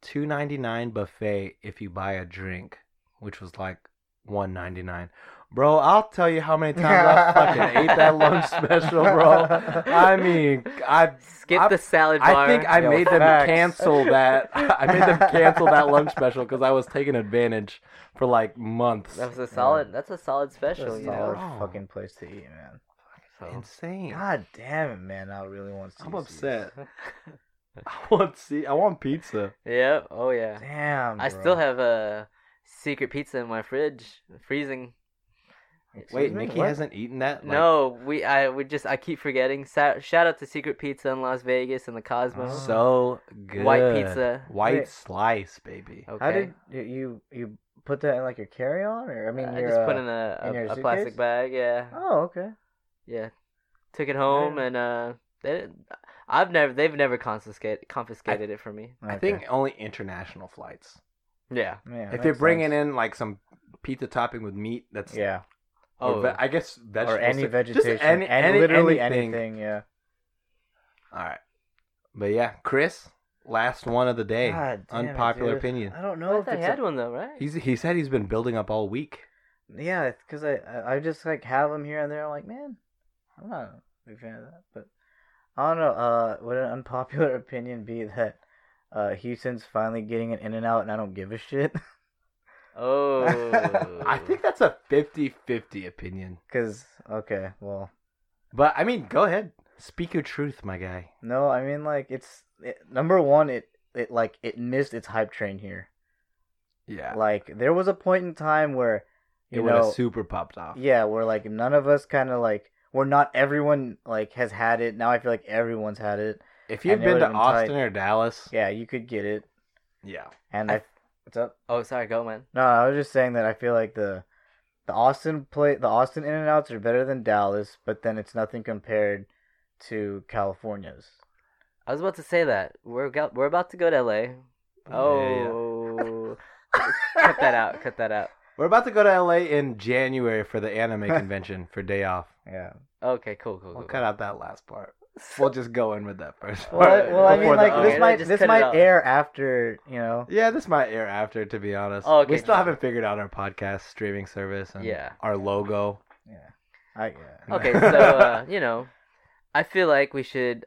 Speaker 1: two ninety nine buffet if you buy a drink, which was like one ninety nine. Bro, I'll tell you how many times I fucking ate that lunch special, bro. I mean, I
Speaker 3: Skip
Speaker 1: I-
Speaker 3: the salad bar.
Speaker 1: I think I
Speaker 2: Yo,
Speaker 1: made them
Speaker 2: facts.
Speaker 1: cancel that. I made them cancel that lunch special because I was taking advantage for like months.
Speaker 3: That's a solid. That's a solid special.
Speaker 2: That's a
Speaker 3: you
Speaker 2: solid
Speaker 3: know.
Speaker 1: know?
Speaker 2: fucking place to eat, man.
Speaker 3: So-
Speaker 1: insane.
Speaker 2: God damn it, man! I really want.
Speaker 1: I'm
Speaker 2: CC's.
Speaker 1: upset. I want see. I want pizza.
Speaker 3: yeah. Oh yeah.
Speaker 2: Damn.
Speaker 3: I
Speaker 2: bro.
Speaker 3: still have a secret pizza in my fridge, freezing.
Speaker 2: Excuse
Speaker 1: Wait,
Speaker 2: me,
Speaker 1: Nikki
Speaker 2: what?
Speaker 1: hasn't eaten that. Like,
Speaker 3: no, we I we just I keep forgetting. Sa- shout out to Secret Pizza in Las Vegas and the Cosmo.
Speaker 2: Oh.
Speaker 1: So good.
Speaker 3: White pizza.
Speaker 1: White
Speaker 2: Wait. Oh,
Speaker 1: slice, baby.
Speaker 3: okay.
Speaker 2: How did you you- you put that in like your carry on or I mean
Speaker 3: I
Speaker 2: your,
Speaker 3: just put
Speaker 2: uh,
Speaker 3: in a
Speaker 2: in your
Speaker 3: a, a plastic
Speaker 2: suitcase?
Speaker 3: bag. Yeah,
Speaker 2: Oh, okay.
Speaker 3: yeah. Took it home and uh, they, didn't- I've never they've never confiscated confiscated it from me.
Speaker 1: I
Speaker 2: Okay.
Speaker 1: think only international flights.
Speaker 3: Yeah.
Speaker 2: Yeah,
Speaker 1: if
Speaker 2: makes
Speaker 1: you're bringing
Speaker 2: sense.
Speaker 1: in like some pizza topping with meat, that's
Speaker 2: yeah,
Speaker 1: Or
Speaker 3: Oh.
Speaker 1: ve- I guess vegetables
Speaker 2: or any
Speaker 1: Just
Speaker 2: vegetation,
Speaker 1: any,
Speaker 2: and
Speaker 1: any-
Speaker 2: literally
Speaker 1: anything.
Speaker 2: anything. Yeah.
Speaker 1: All right. But yeah, Chris, last one of the day.
Speaker 2: God damn it,
Speaker 1: Unpopular
Speaker 2: dude.
Speaker 1: opinion.
Speaker 2: I don't know
Speaker 3: I
Speaker 2: if
Speaker 3: thought I
Speaker 2: it's a-
Speaker 3: had one though, right?
Speaker 1: He's he said he's been building up all week.
Speaker 2: yeah, because I I I just like have them here and there. I'm like, man, I'm not a big fan of that, but I don't know. Uh, would an unpopular opinion be that uh Houston's finally getting an In and Out, and I don't give a shit?
Speaker 3: Oh.
Speaker 1: I think that's a 50-50 opinion.
Speaker 2: Because okay, well,
Speaker 1: But I mean, go ahead. Speak your truth, my guy.
Speaker 2: no, I mean like it's it, number one. It it like it missed its hype train here.
Speaker 1: Yeah.
Speaker 2: Like there was a point in time where
Speaker 1: it
Speaker 2: you
Speaker 1: would
Speaker 2: know
Speaker 1: have super popped off.
Speaker 2: yeah, where like none of us kind of like where not everyone like has had it. Now I feel like everyone's had it.
Speaker 1: If you've
Speaker 2: And it
Speaker 1: been to
Speaker 2: would've been tight.
Speaker 1: Austin or Dallas,
Speaker 2: Yeah, you could get it.
Speaker 1: yeah.
Speaker 2: And
Speaker 3: I-
Speaker 2: I, what's up?
Speaker 3: oh, sorry. Go, man.
Speaker 2: No, I was just saying that I feel like the the Austin play the Austin in and outs are better than Dallas, but then it's nothing compared to California's.
Speaker 3: I was about to say that we're go- we're about to go to LA. Oh, cut that out. Cut that out.
Speaker 1: We're about to go to LA in January for the anime convention for day off.
Speaker 2: Yeah.
Speaker 3: Okay, cool, cool,
Speaker 1: We'll
Speaker 3: cool.
Speaker 1: cut out that last part. We'll just go in with that first
Speaker 2: Well,
Speaker 1: part.
Speaker 2: I, well, I mean,
Speaker 1: before the
Speaker 2: like
Speaker 1: update.
Speaker 2: this
Speaker 3: Okay,
Speaker 2: might
Speaker 3: just
Speaker 2: this
Speaker 3: cut it
Speaker 2: might
Speaker 3: out.
Speaker 2: air after you know.
Speaker 1: Yeah, this might air after, to be honest.
Speaker 3: Oh, okay.
Speaker 1: We still haven't figured out our podcast streaming service and
Speaker 3: Yeah.
Speaker 1: our logo.
Speaker 2: Yeah. I yeah.
Speaker 3: Okay, so uh, you know, I feel like we should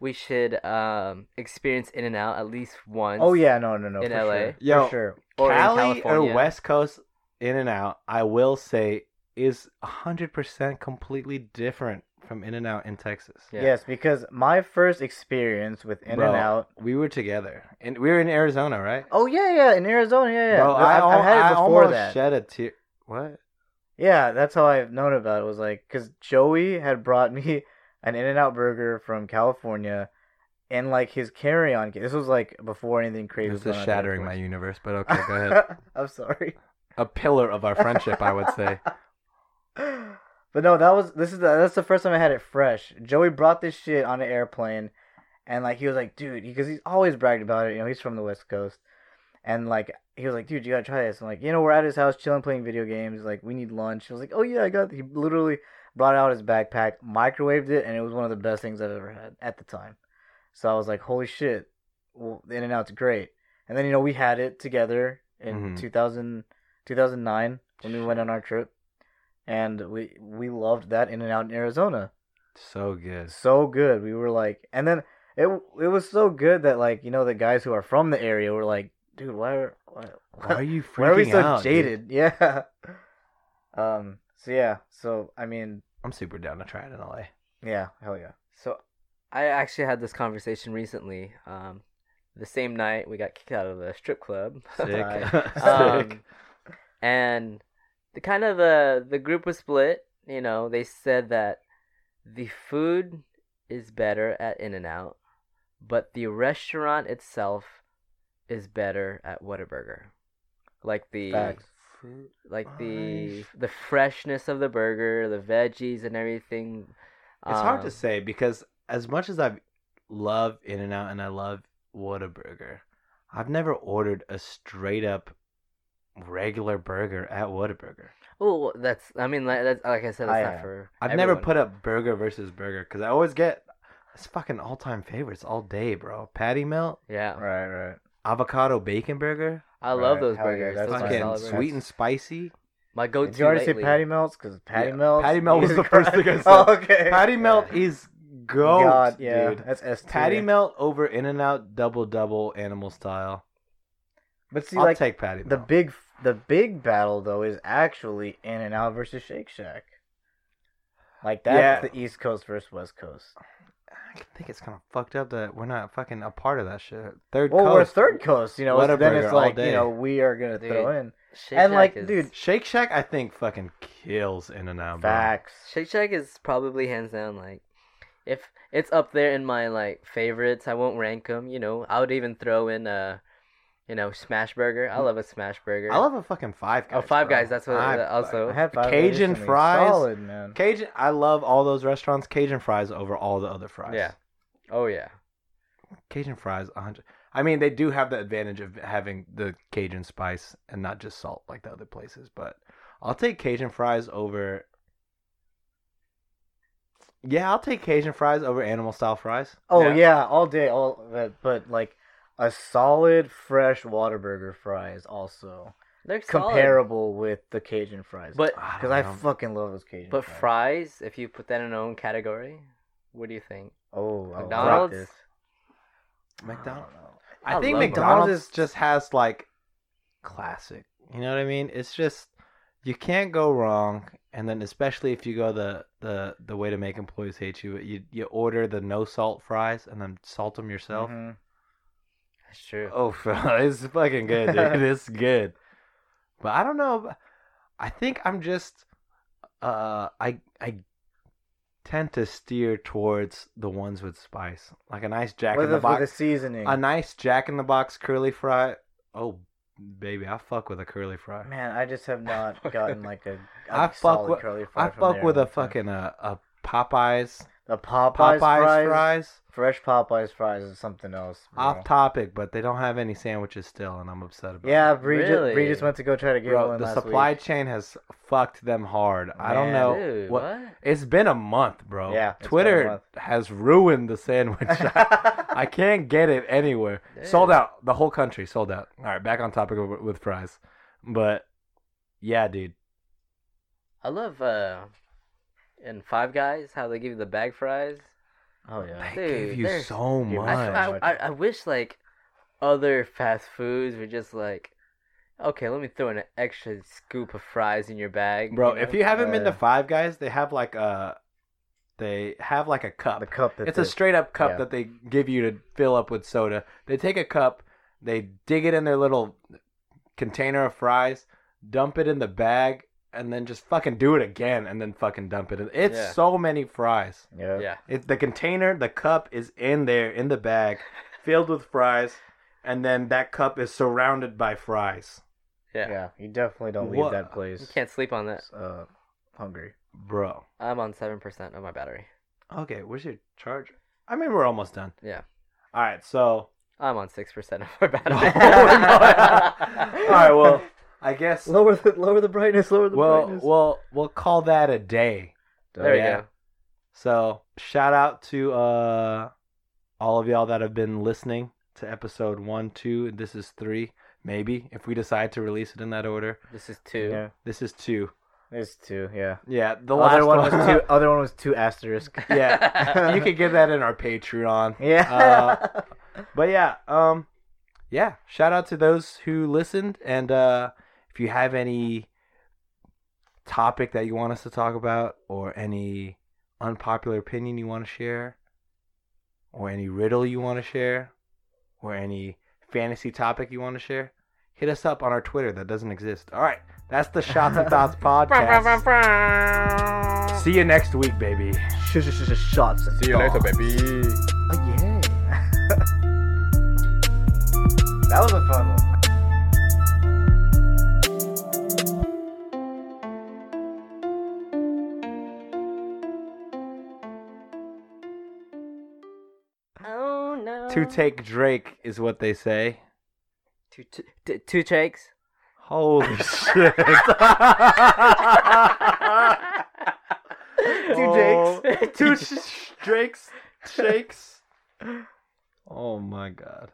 Speaker 3: we should um experience In and Out at least once.
Speaker 2: Oh yeah, no, no, no.
Speaker 3: In
Speaker 2: for
Speaker 3: LA.
Speaker 2: sure.
Speaker 1: Yo,
Speaker 2: for sure.
Speaker 3: or in
Speaker 1: Cali
Speaker 3: California.
Speaker 1: or West Coast In and Out, I will say, is 100% completely different from In and Out in Texas.
Speaker 3: Yeah.
Speaker 2: Yes, because my first experience with In
Speaker 1: Bro,
Speaker 2: and Out.
Speaker 1: We were together. And we were in Arizona, right?
Speaker 2: Oh yeah, yeah, in Arizona, yeah, yeah.
Speaker 1: Bro,
Speaker 2: I,
Speaker 1: I,
Speaker 2: have
Speaker 1: al-
Speaker 2: had
Speaker 1: I
Speaker 2: it before
Speaker 1: almost
Speaker 2: that.
Speaker 1: shed a tear. What?
Speaker 2: Yeah, that's how I've known about it. Was like because Joey had brought me an In and Out burger from California, and like his carry on. This was like before anything crazy.
Speaker 1: This is
Speaker 2: was going on at
Speaker 1: shattering my
Speaker 2: airports.
Speaker 1: universe, but okay, go ahead.
Speaker 2: I'm sorry.
Speaker 1: a pillar of our friendship, I would say.
Speaker 2: But no, that was this is the, that's the first time I had it fresh. Joey brought this shit on an airplane, and like he was like, dude, because he's always bragged about it. You know, he's from the West Coast, and like he was like, dude, you gotta try this. I'm like, you know, we're at his house chilling, playing video games. Like we need lunch. I was like, oh yeah, I got. He literally brought out his backpack, microwaved it, and it was one of the best things I've ever had at the time. So I was like, holy shit, well, In and Out's great. And then you know we had it together in
Speaker 1: Mhm.
Speaker 2: 2000, 2009 when we went on our trip and we we loved that in and out in Arizona.
Speaker 1: So good.
Speaker 2: So good. We were like, and then it it was so good that like you know the guys who are from the area were like, dude, why are why,
Speaker 1: Why are you freaking
Speaker 2: why are we so
Speaker 1: out, dude?
Speaker 2: jaded? Yeah. Um. So yeah. So I mean,
Speaker 1: I'm super down to try it in LA.
Speaker 2: yeah. Hell yeah.
Speaker 3: So I actually had this conversation recently. Um, the same night we got kicked out of the strip club.
Speaker 1: Sick. Sick.
Speaker 3: Um, and the kind of the the group was split. You know, they said that the food is better at In and Out, but the restaurant itself is better at Whataburger. Like the
Speaker 2: Facts.
Speaker 3: like the
Speaker 1: Nice.
Speaker 3: the freshness of the burger, the veggies and everything.
Speaker 1: It's hard
Speaker 3: um,
Speaker 1: to say because as much as I love In and Out and I love Whataburger, I've never ordered a straight up regular burger at Whataburger.
Speaker 3: Oh, that's. I mean, like, that's like I said, that's
Speaker 2: I
Speaker 3: not
Speaker 2: have.
Speaker 3: for.
Speaker 1: I've never
Speaker 3: everyone.
Speaker 1: put up burger versus burger because I always get it's fucking all time favorites all day, bro. Patty melt,
Speaker 3: Yeah,
Speaker 2: Right. Right.
Speaker 1: avocado bacon burger,
Speaker 3: I love
Speaker 2: Right,
Speaker 3: those
Speaker 2: hell yeah,
Speaker 3: burgers.
Speaker 2: that's
Speaker 3: those are
Speaker 2: fine.
Speaker 1: fucking
Speaker 3: solid
Speaker 1: sweet
Speaker 3: burgers.
Speaker 1: and spicy.
Speaker 3: My go-to.
Speaker 2: Did you already
Speaker 3: lately.
Speaker 2: say patty melts? Because patty
Speaker 1: Yeah,
Speaker 2: melts.
Speaker 1: patty melt was
Speaker 2: Jesus
Speaker 1: the first thing I
Speaker 2: Christ.
Speaker 1: said.
Speaker 2: Oh, okay.
Speaker 1: Patty melt
Speaker 2: Yeah.
Speaker 1: is goat,
Speaker 2: God, yeah,
Speaker 1: dude.
Speaker 2: that's S. tier.
Speaker 1: Patty melt over In and Out double double animal style.
Speaker 2: But see,
Speaker 1: I'll
Speaker 2: like
Speaker 1: take patty
Speaker 2: The
Speaker 1: melt.
Speaker 2: big the big battle though is actually In and Out versus Shake Shack. Like that's
Speaker 1: Yeah.
Speaker 2: the East Coast versus West Coast.
Speaker 1: I think it's kind of fucked up that we're not fucking a part of that shit. Third
Speaker 2: Well, we're
Speaker 1: coast.
Speaker 2: third coast, you know. So then
Speaker 1: Whataburger
Speaker 2: it's like
Speaker 1: all
Speaker 2: you
Speaker 1: day.
Speaker 2: know we are gonna
Speaker 3: Dude,
Speaker 2: throw in
Speaker 3: Shake
Speaker 2: and,
Speaker 3: Shack
Speaker 2: like,
Speaker 3: is-
Speaker 2: dude,
Speaker 1: Shake Shack, I think fucking kills In and Out.
Speaker 2: facts.
Speaker 3: Shake Shack is probably hands down like, if it's up there in my like favorites, I won't rank them. You know, I would even throw in uh, you know, Smash Burger. I love a Smash Burger.
Speaker 1: I love a fucking Five Guys.
Speaker 3: Oh, Five
Speaker 1: bro.
Speaker 3: Guys. That's what
Speaker 1: I
Speaker 3: uh,
Speaker 2: I
Speaker 3: also.
Speaker 2: had five
Speaker 1: Cajun
Speaker 2: recently.
Speaker 1: fries.
Speaker 2: solid man.
Speaker 1: fuck- Cajun. I love all those restaurants. Cajun fries over all the other fries.
Speaker 3: Yeah. Oh yeah.
Speaker 1: Cajun fries. a hundred. I mean, they do have the advantage of having the Cajun spice and not just salt like the other places. But I'll take Cajun fries over. Yeah, I'll take Cajun fries over animal style fries.
Speaker 2: Oh
Speaker 3: Yeah.
Speaker 2: yeah. all day, all but, but like a solid fresh Waterburger fries also.
Speaker 3: They're solid.
Speaker 2: comparable with the Cajun fries.
Speaker 3: But
Speaker 2: because I, fucking love those Cajun.
Speaker 3: but
Speaker 2: fries.
Speaker 3: fries, if you put that in their own category, what do you think?
Speaker 2: Oh, I
Speaker 3: McDonald's?
Speaker 2: Like this.
Speaker 3: Oh,
Speaker 1: McDonald's.
Speaker 2: I don't know.
Speaker 1: I,
Speaker 3: I
Speaker 1: think
Speaker 3: love
Speaker 1: McDonald's
Speaker 2: McDonald's.
Speaker 1: just has like classic. You know what I mean? It's just you can't go wrong. And then especially if you go the the the way to make employees hate you, you you order the no salt fries and then salt them yourself.
Speaker 2: Mhm.
Speaker 3: That's true.
Speaker 1: Oh, it's fucking good, dude. it's good. But I don't know. I think I'm just uh I I tend to steer towards the ones with spice. Like a nice Jack in
Speaker 2: With
Speaker 1: the
Speaker 2: the,
Speaker 1: Box
Speaker 2: with the seasoning.
Speaker 1: a nice Jack in the Box curly fry. Oh, baby, I fuck with a curly fry.
Speaker 2: Man, I just have not gotten like a.
Speaker 1: I
Speaker 2: I
Speaker 1: fuck
Speaker 2: solid
Speaker 1: with-
Speaker 2: curly fry
Speaker 1: I
Speaker 2: from
Speaker 1: fuck
Speaker 2: there
Speaker 1: with
Speaker 2: in
Speaker 1: a
Speaker 2: long time.
Speaker 1: fucking uh, a Popeyes
Speaker 2: the
Speaker 1: Popeyes
Speaker 2: Popeyes,
Speaker 1: fries.
Speaker 2: fries, Fresh Popeyes fries is something else. bro.
Speaker 1: Off topic, but they don't have any sandwiches still, and I'm upset about.
Speaker 2: yeah, Bree
Speaker 3: Really?
Speaker 2: just, Bree just went to go try to
Speaker 1: it.
Speaker 2: get
Speaker 1: Bro,
Speaker 2: one
Speaker 1: the
Speaker 2: last
Speaker 1: supply
Speaker 2: week.
Speaker 1: chain has fucked them hard. I don't
Speaker 2: Man.
Speaker 1: know
Speaker 3: Dude,
Speaker 1: what.
Speaker 3: what?
Speaker 1: It's been a month, bro.
Speaker 2: Yeah, it's been a
Speaker 1: Twitter
Speaker 2: month.
Speaker 1: has ruined the sandwich. I can't get it anywhere. Sold
Speaker 3: Damn.
Speaker 1: out. The whole country sold out. All right, back on topic with, with fries, but yeah, dude.
Speaker 3: I love uh, in Five Guys how they give you the bag fries.
Speaker 2: Oh yeah.
Speaker 1: They give
Speaker 3: Dude,
Speaker 1: you
Speaker 3: there's-
Speaker 1: so
Speaker 2: Dude,
Speaker 1: much.
Speaker 3: I,
Speaker 2: Fine.
Speaker 3: I, I, I wish like other fast foods were just like okay let me throw in an extra scoop of fries in your bag
Speaker 1: Bro,
Speaker 3: know?
Speaker 1: if you haven't been to
Speaker 2: Yeah.
Speaker 1: Five Guys, they have like a they have like a cup.
Speaker 2: The cup. That
Speaker 1: it's a
Speaker 2: they-
Speaker 1: straight up cup
Speaker 2: yeah.
Speaker 1: that they give you to fill up with soda. They take a cup, they dig it in their little container of fries, dump it in the bag, and then just fucking do it again and then fucking dump it in. It's
Speaker 3: Yeah.
Speaker 1: so many fries.
Speaker 2: Yeah.
Speaker 3: yeah
Speaker 1: It, the container, the cup is in there in the bag, filled with fries, and then that cup is surrounded by fries.
Speaker 3: yeah,
Speaker 2: Yeah, you definitely don't leave
Speaker 1: What-
Speaker 2: that
Speaker 3: you
Speaker 2: place.
Speaker 3: can't sleep on that
Speaker 2: Uh, hungry.
Speaker 1: Bro.
Speaker 3: i'm on 7% of my battery
Speaker 1: Okay, where's your charger? I mean, we're almost done.
Speaker 3: Yeah.
Speaker 1: All right, so.
Speaker 3: i'm on 6% of
Speaker 1: Oh, All
Speaker 3: my
Speaker 1: right,
Speaker 3: battery
Speaker 1: well, I guess.
Speaker 2: Lower the lower the brightness. Lower the
Speaker 1: Well,
Speaker 2: brightness.
Speaker 1: well, we'll call that a day.
Speaker 3: there we
Speaker 1: Yeah.
Speaker 3: go
Speaker 1: So, shout out to uh, all of y'all that have been listening to episode one, two, and this is three, maybe, if we decide to release it in that order.
Speaker 3: this is two
Speaker 2: Yeah,
Speaker 1: This is two.
Speaker 2: there's two. Yeah.
Speaker 1: Yeah, the last
Speaker 2: other one was two.
Speaker 1: two.
Speaker 2: Other one was two asterisk.
Speaker 1: yeah, you could get that in our Patreon.
Speaker 2: Yeah.
Speaker 1: Uh, But yeah, um yeah, shout out to those who listened and uh if you have any topic that you want us to talk about or any unpopular opinion you want to share or any riddle you want to share or any fantasy topic you want to share, hit us up on our Twitter that doesn't exist. All right, that's the Shots and Thoughts podcast. See you next week, baby.
Speaker 2: Sh- sh- sh- sh- shots. and thoughts.
Speaker 1: baby.
Speaker 2: Oh, yeah. that was a fun one.
Speaker 3: oh no
Speaker 1: Two take Drake is what they say.
Speaker 3: two, two, t- two takes
Speaker 1: Holy shit. Oh,
Speaker 3: Jakes.
Speaker 1: Two sh- Drakes. Shakes. Oh my god.